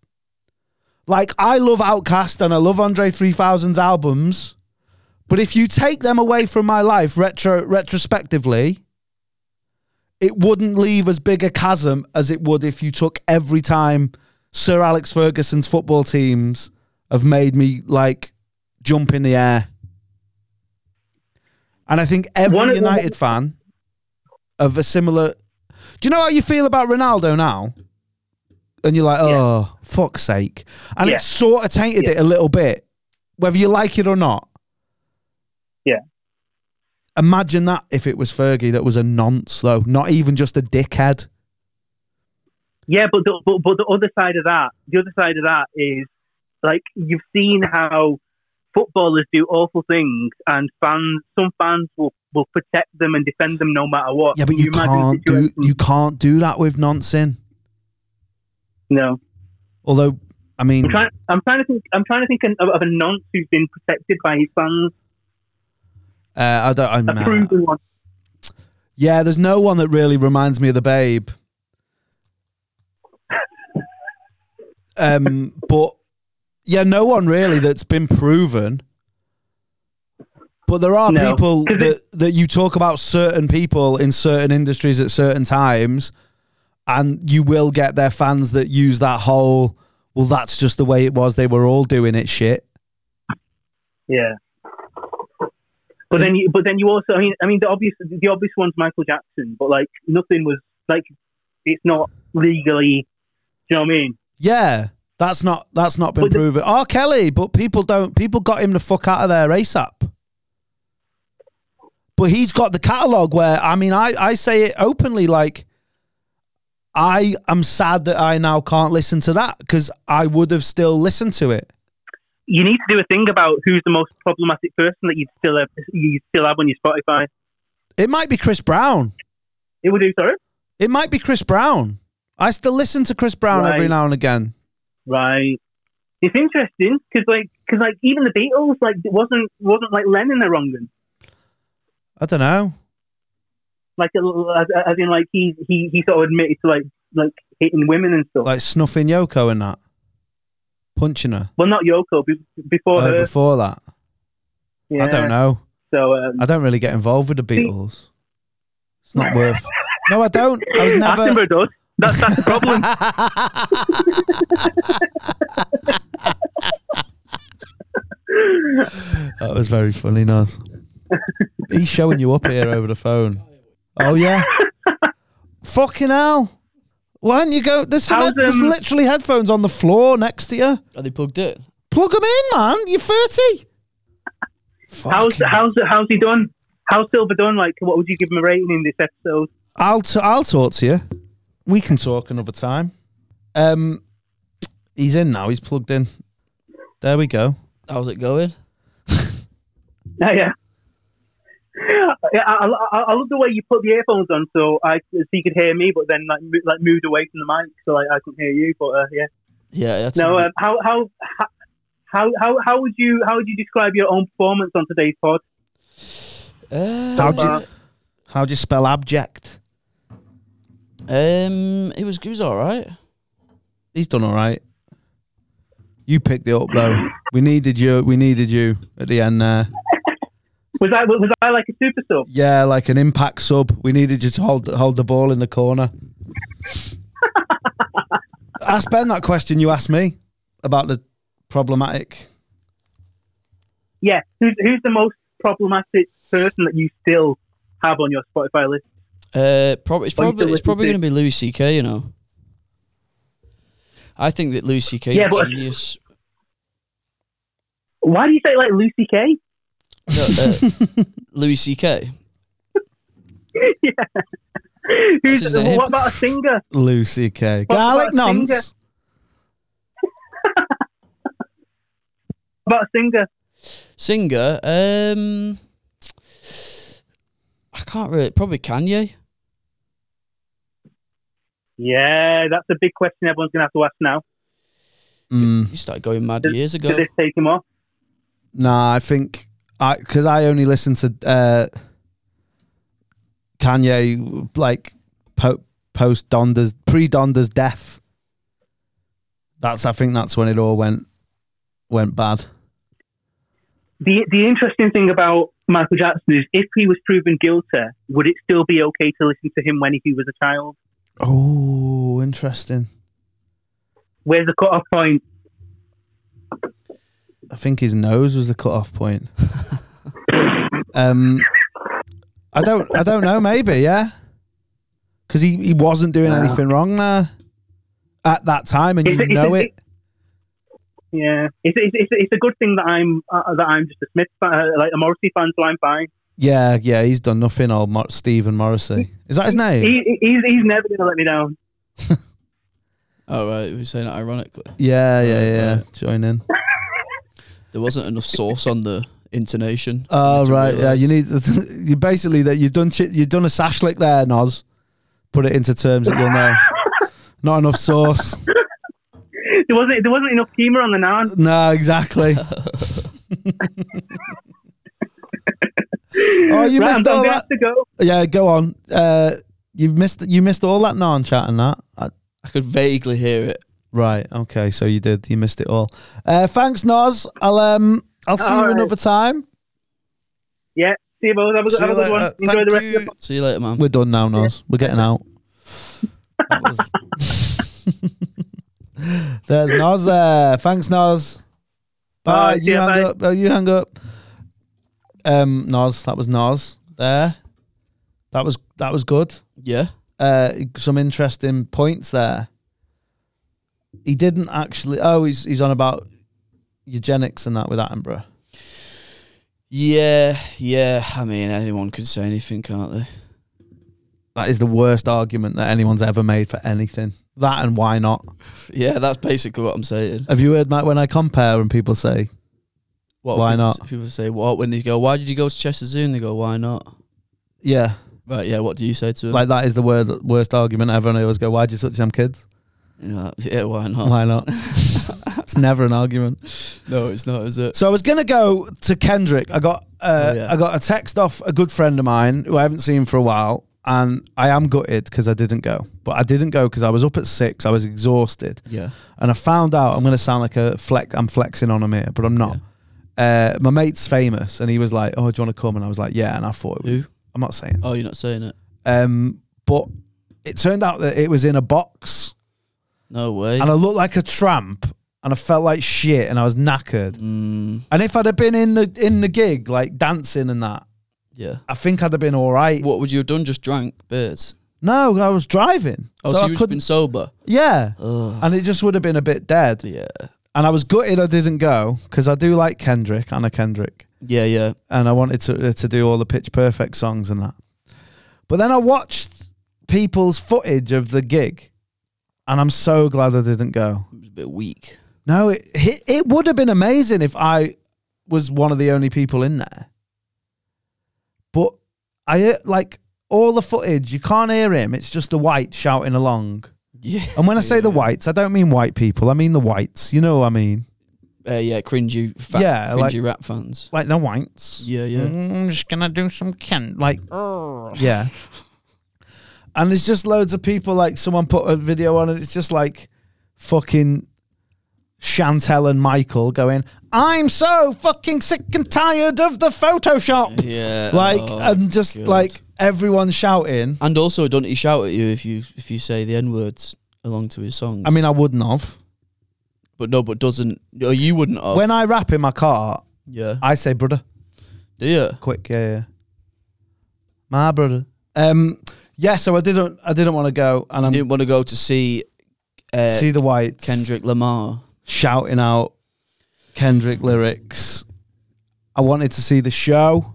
B: Like, I love Outcast and I love Andre 3000's albums, but if you take them away from my life retro retrospectively, it wouldn't leave as big a chasm as it would if you took every time Sir Alex Ferguson's football teams have made me like jump in the air. And I think every
G: One-
B: United fan of a similar. Do you know how you feel about Ronaldo now? And you're like, oh, fuck's sake. And
G: Yeah.
B: it sort of tainted it a little bit, whether you like it or not.
G: Yeah.
B: Imagine that if it was Fergie that was a nonce, though, not even just a dickhead.
G: Yeah, but the, but, but the other side of that, the other side of that is like you've seen how footballers do awful things, and fans, some fans will, will protect them and defend them no matter what.
B: Yeah, but
G: Can
B: you,
G: imagine
B: can't do
G: situations-
B: you can't do that with nonsense.
G: No,
B: Although, I mean,
G: I'm trying. I'm trying to think. I'm trying to think of, of a nonce who's been protected by his fans,
B: uh, I uh, don't. I'm,
G: a proven one.
B: yeah, there's no one that really reminds me of the Babe. Um, but yeah, no one really that's been proven. But there are
G: No,
B: people
G: 'cause
B: that, that you talk about certain people in certain industries at certain times, and you will get their fans that use that whole, well, that's just the way it was. They were all doing it shit.
G: Yeah. But then, you, but then you also. I mean, I mean, the obvious, the obvious one's Michael Jackson. But like, nothing was like, it's not legally. Do you know what I mean?
B: Yeah, that's not that's not been
G: But the-
B: proven. R. Kelly, but people don't people got him the fuck out of there ASAP. But he's got the catalog where I mean I I say it openly like I am sad that I now can't listen to that because I would have still listened to it.
G: You need to do a thing about who's the most problematic person that you'd still have, you still have on your Spotify.
B: It might be Chris Brown.
G: It would do, sorry.
B: It might be Chris Brown. I still listen to Chris Brown every
G: Right.
B: now and again.
G: Right. It's interesting because like, cause like even the Beatles like it wasn't wasn't like Lennon the wrong one.
B: I don't know.
G: Like as, as in like he, he he sort of admitted to like like hitting women and stuff.
B: Like snuffing Yoko and that. Punching her.
G: well, not Yoko be, before
B: Oh,
G: her.
B: before that.
G: yeah.
B: I don't know.
G: So um,
B: I don't really get involved with the Beatles. It's not worth. No, I don't. I was never.
G: Attenborough does. That's that's the problem.
B: That was very funny, Nas. He's showing you up here over the phone. Oh yeah. Fucking hell! Why don't you go? There's, some
G: How's,
B: head- there's
G: um,
B: literally headphones on the floor next to you.
C: Are they plugged in?
B: Plug them in, man. You're thirty.
G: how's
B: Fucking-
G: how's how's he done? How's Silver done? Like, what would you give him a rating in this episode?
B: I'll t- I'll talk to you. We can talk another time. Um, he's in now. He's plugged in. There we go.
C: How's it going?
G: Yeah, yeah. Yeah, I, I, I love the way you put the earphones on, so I so you could hear me, but then like mo- like moved away from the mic, so like I couldn't hear you. But uh, yeah,
C: Yeah, that's
G: no. Um, how how how how how would you how would you describe your own performance on today's pod?
C: Uh,
B: How'd you, how'd you spell abject?
C: um, it was it was all right.
B: He's done all right. You picked it up though. We needed you. We needed you at the end there.
G: Was I was I like a super sub?
B: Yeah, like an impact sub. We needed you to hold hold the ball in the corner. Ask Ben that question you asked me about the problematic.
G: Yeah. Who's who's the most problematic person that you still have on your Spotify list?
C: Uh, prob- it's
G: Why you
C: probably
G: still
C: it's probably
G: listen
C: going
G: to-
C: to be Louis C.K. You know, I think that Louis C.K.
G: Yeah,
C: is a
G: but-
C: genius.
G: Why do you say like Lucy K?
C: No, uh, Louis C.K.
G: yeah. Who's,
C: his name.
G: what about a singer?
B: Lucy K.
G: What about
B: Garlic
G: Singer?
B: nonce.
G: What about a singer?
C: singer. Um, I can't really probably Kanye.
G: Yeah, that's a big question everyone's going to have to ask now.
B: Mm.
C: He started going mad
G: Does-
C: years ago.
G: Did this take him off?
B: Nah, I think I because I only listen to uh, Kanye like po- post Donda's pre Donda's death. That's I think that's when it all went went bad.
G: The the interesting thing about Michael Jackson is if he was proven guilty, would it still be okay to listen to him when he was a child?
B: Oh, interesting.
G: Where's the cut off point?
B: I think his nose was the cut off point. um, I don't I don't know. Maybe yeah, because he he wasn't doing anything wrong there at that time, and
G: Is
B: you
G: it- is
B: know
G: it-
B: it.
G: Yeah, it's it's, it's, it's a good thing that I'm uh, that I'm just a Smith fan, uh, like a Morrissey fan, so I'm fine.
B: Yeah, yeah, he's done nothing. Old Mo- Stephen Morrissey is that his name?
G: He, he's he's never going to let me down.
C: Oh right, we're saying it ironically.
B: Yeah, yeah, yeah.
C: yeah.
B: Join in.
C: There wasn't enough sauce on the intonation.
B: Oh
C: to
B: right, yeah.
C: realise.
B: You need you basically that you've done chi- you've done a sash lick there, Noz. Put it into terms that you'll know. Not enough sauce.
G: There wasn't there wasn't enough humor on the nine.
B: No, exactly. oh, you
G: Right, I'm
B: missed all
G: gonna
B: that.
G: have to go.
B: Yeah, go on. Uh, you missed you missed all that non chat and that. Uh, I-
C: I could vaguely hear it.
B: right. Okay. So you did. You missed it all. Uh, thanks, Noz. I'll um I'll see you
G: Alright.
B: another time.
G: Yeah. See you both. Have a good,
B: See
G: have a
B: you
G: good one.
B: later. Uh,
G: Enjoy
B: Thank
G: the rest of
B: you.
G: the
C: See you later, man.
B: We're done now, Noz. We're getting out. That was- There's Noz there. Thanks, Noz. Bye.
G: Alright, see
B: you
G: ya,
B: hang
G: bye.
B: up. Oh, you hang up. Um, Noz. That was Noz there. That was that was good.
C: Yeah.
B: uh, some interesting points there. He didn't actually. Oh, he's he's on about eugenics and that with Attenborough.
C: Yeah, yeah. I mean, anyone could say anything, can't they?
B: That is the worst argument that anyone's ever made for anything. That and why not?
C: Yeah, that's basically what I'm saying.
B: Have you heard my, when I compare and people say
C: What
B: Why
C: people
B: not?
C: s- People say, "What?" When they go, "Why did you go to Chester Zoo?" and they go, "Why not?"
B: yeah,
C: Right? Yeah. What do you say to them?
B: like that is the word, worst argument ever, and I always go, "Why'd you touch them kids?
C: You know, yeah. Why not?
B: Why not?" it's never an argument.
C: No, it's not, is it?
B: So I was gonna go to Kendrick. I got uh,
C: Oh, yeah.
B: I got a text off a good friend of mine who I haven't seen for a while, and I am gutted because I didn't go. But I didn't go because I was up at six. I was exhausted,
C: Yeah.
B: and I found out I'm gonna sound like a flex. I'm flexing on him here, but I'm not. Uh, my mate's famous, and he was like, "Oh, do you want to come?" And I was like, "Yeah." And I thought,
C: Who?
B: I'm not saying.
C: Oh, you're not saying it.
B: Um, but it turned out that it was in a box,
C: No way.
B: and I looked like a tramp, and I felt like shit, and I was knackered.
C: Mm,
B: And if I'd have been in the in the gig, like dancing and that,
C: yeah.
B: I think I'd have been all right.
C: What would you have done? Just drank beers?
B: No, I was driving.
C: Oh, so,
B: I
C: you've just been sober?
B: Yeah.
C: Ugh.
B: And it just would have been a bit dead.
C: Yeah.
B: And I was gutted I didn't go because I do like Kendrick, Anna Kendrick.
C: Yeah, yeah.
B: And I wanted to, to do all the Pitch Perfect songs and that. But then I watched people's footage of the gig and I'm so glad I didn't go.
C: It was a bit weak.
B: No, it, it, it would have been amazing if I was one of the only people in there. But I hear- like all the footage, you can't hear him. It's just the whites shouting along.
C: Yeah.
B: And when I say the whites, I don't mean white people. I mean the whites. You know what I mean?
C: Uh, yeah, cringy, fa-
B: Yeah,
C: cringy
B: like- Mm-hmm.
C: rap fans.
B: Like the whites.
C: Yeah, yeah.
A: I'm Mm, just gonna do some Ken.
B: Like, Mm. yeah. And there's just loads of people. Like someone put a video on, and it's just like fucking Chantel and Michael going, "I'm so fucking sick and tired of the Photoshop."
C: Yeah.
B: like uh,
C: oh.
B: and just
C: God.
B: like everyone shouting.
C: and also, don't he shout at you if you if you say the n words along to his songs?
B: I mean, I wouldn't have.
C: but no, but doesn't. No, you wouldn't have.
B: When I rap in my car,
C: yeah.
B: I say "brother"
C: Do you?
B: quick. Yeah, yeah. My brother. Um. Yeah. So I didn't. I didn't want to go, and
C: I
B: I'm
C: didn't want to go to see. Uh,
B: see the whites
C: Kendrick Lamar.
B: shouting out Kendrick lyrics. I wanted to see the show,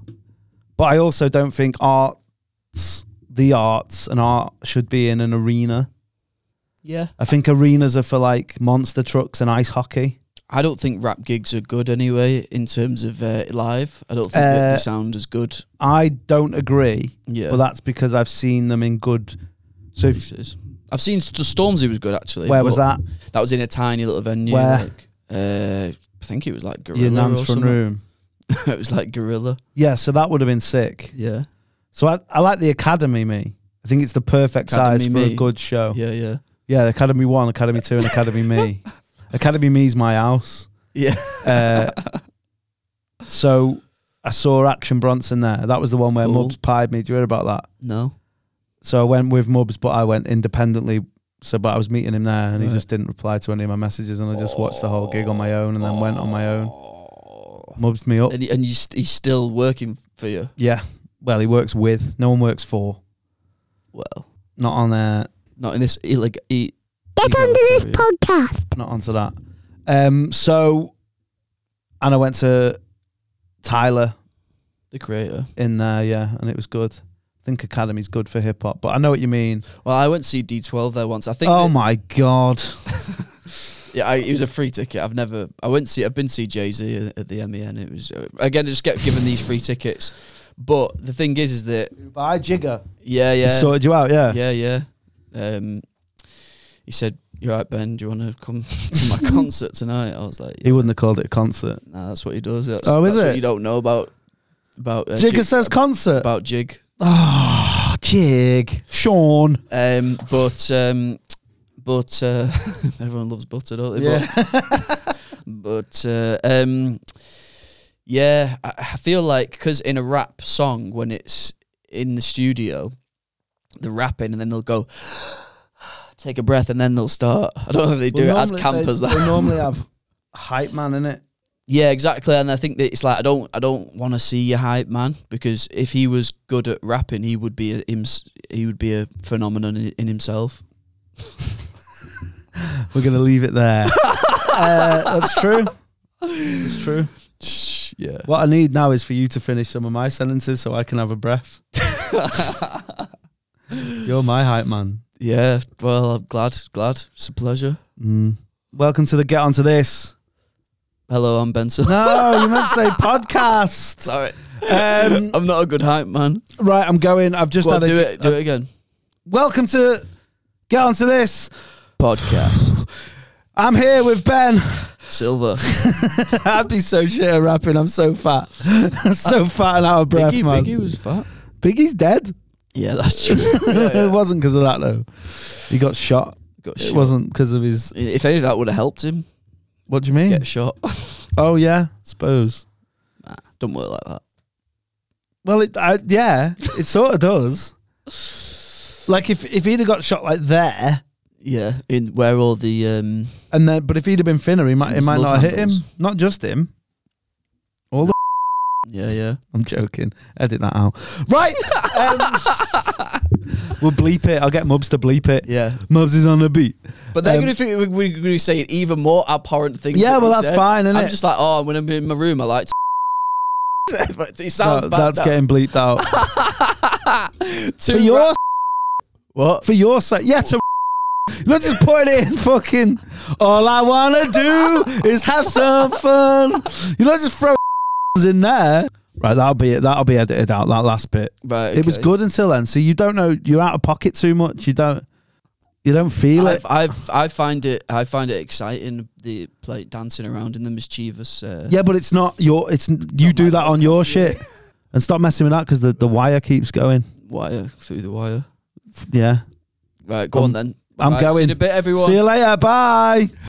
B: but I also don't think arts, the arts, and art should be in an arena.
C: Yeah.
B: I think arenas are for like monster trucks and ice hockey.
C: I don't think rap gigs are good anyway in terms of uh, live. I don't think that
B: Uh,
C: they sound as good.
B: I don't agree.
C: Yeah.
B: Well, that's because I've seen them in good. So if,
C: places. I've seen St- Stormzy was good actually.
B: where was
C: but
B: that?
C: That was in a tiny little venue.
B: Where?
C: Like, uh, I think it was like Gorilla.
B: Your nan's
C: or
B: front
C: something.
B: room.
C: it was like Gorilla.
B: Yeah, so that would have been sick.
C: Yeah.
B: So I, I like the Academy me. I think it's the perfect size
C: Academy
B: for a
C: Me.
B: good show. Yeah.
C: Yeah. Yeah.
B: Academy One, Academy Two, and Academy Me. Academy Me's my house.
C: Yeah.
B: Uh, so I saw Action Bronson there. That was the one where
C: Cool.
B: Mubs pied me. Do you hear about that?
C: No.
B: So I went with Mubs, but I went independently. So, but I was meeting him there, and he
C: Right.
B: just didn't reply to any of my messages, and I just watched the whole gig on my own, and then went on my own. Mubs me up.
C: And, y- and you st- he's still working for you.
B: Yeah. Well, he works with. No one works for.
C: Well,
B: Not on there.
C: not in this illeg- e-
D: Get under this
C: egalitarian-
D: podcast.
B: Not onto that. Um. So, and I went to Tyler
C: the creator.
B: in there. Yeah, and it was good. think Academy's good for hip hop, but I know what you mean.
C: Well, I went to see D12 there once. I think.
B: Oh
C: that-
B: my god!
C: Yeah, I, it was a free ticket. I've never. I went to see. I've been to see Jay Z at the MEN. It was uh, again. I just get given these free tickets. But the thing is, is that
B: Bye, Jigger.
C: yeah,
B: He
C: yeah,
B: sorted you out, yeah.
C: yeah, yeah. Um, he said, "You're right, Ben. Do you want to come to my concert tonight?" I was like,
B: He wouldn't have called it a concert.
C: "Nah, that's what he does. That's,
B: Oh, is
C: that's
B: it?
C: What you don't know about about uh,
B: Jigger says concert.
C: about Jig."
B: Oh, Jig. Sean.
C: Um, but um, but uh, everyone loves butter, don't they?
B: Yeah.
C: But, but uh, um, yeah, I, I feel like because in a rap song, when it's in the studio, they're rapping and then they'll go. Take a breath and then they'll start. I don't know if they do
B: Well,
C: it as
B: normally
C: campers.
B: They,
C: that
B: they normally have hype man in it.
C: Yeah, exactly. And I think that it's like I don't I don't want to see your hype man because if he was good at rapping, he would be a him, he would be a phenomenon in, in himself.
B: We're gonna leave it there. uh, that's true. It's true.
C: Yeah.
B: What I need now is for you to finish some of my sentences so I can have a breath. You're my hype man.
C: Yeah, well, I'm glad, glad. It's a pleasure.
B: Mm. Welcome to the get onto this.
C: Hello, I'm Benson.
B: No, Oh, you meant to say podcast.
C: Sorry,
B: Um,
C: I'm not a good hype man.
B: right, I'm going. I've just
C: Go on,
B: had a, uh,
C: do it, do it again.
B: Welcome to get onto this.
C: Podcast,
B: I'm here with Ben.
C: Silver,
B: I'd be so shit at rapping. I'm so fat. I'm so fat and out of breath,
C: Biggie,
B: man.
C: Biggie was fat.
B: Biggie's dead.
C: Yeah, that's true.
B: it wasn't because of that though. He got shot.
C: Got
B: It
C: shot.
B: wasn't because of his.
C: If any of that would have helped him
B: What do you mean?
C: get shot,
B: oh yeah, suppose.
C: don't work like that.
B: Well, it I, yeah, it sort of does. Like if if he'd have got shot like there,
C: Yeah, in where all the um,
B: and then but if he'd have been thinner, he might it
C: His
B: might not
C: love
B: have hit him.
C: handles.
B: Not just him.
C: yeah, yeah.
B: I'm joking. Edit that out. Right. um, we'll bleep it. I'll get Mubs to bleep it.
C: Yeah,
B: Mubs is on the beat.
C: but they're
B: Um,
C: gonna think we- we're gonna be saying even more abhorrent things.
B: Yeah,
C: that we
B: well, that's
C: said.
B: fine, innit?
C: I'm just like, oh, when I'm in my room, I like. but it sounds
B: No,
C: bad.
B: that's
C: now.
B: getting bleeped out.
C: Two
B: for your
C: ra-
B: s-
C: what?
B: for your sake. Yeah, to let's just put it in fucking. All I wanna do is have some fun. You know, just throw in there. Right, that'll be it. That'll be edited out. That last bit.
C: Right,
B: It was
C: okay.
B: good until then. So you don't know. You're out of pocket too much. You don't. You don't feel it.
C: I've, I've, I find it I find it exciting the play dancing around in the mischievous. Uh,
B: Yeah, but it's not your. It's you do that on your shit, and stop messing with that because the the wire keeps going.
C: wire through the wire.
B: Yeah,
C: Right, go
B: I'm-
C: on then.
B: I'm
C: Right, See you
B: going.
C: in a bit, everyone.
B: See you later. Bye.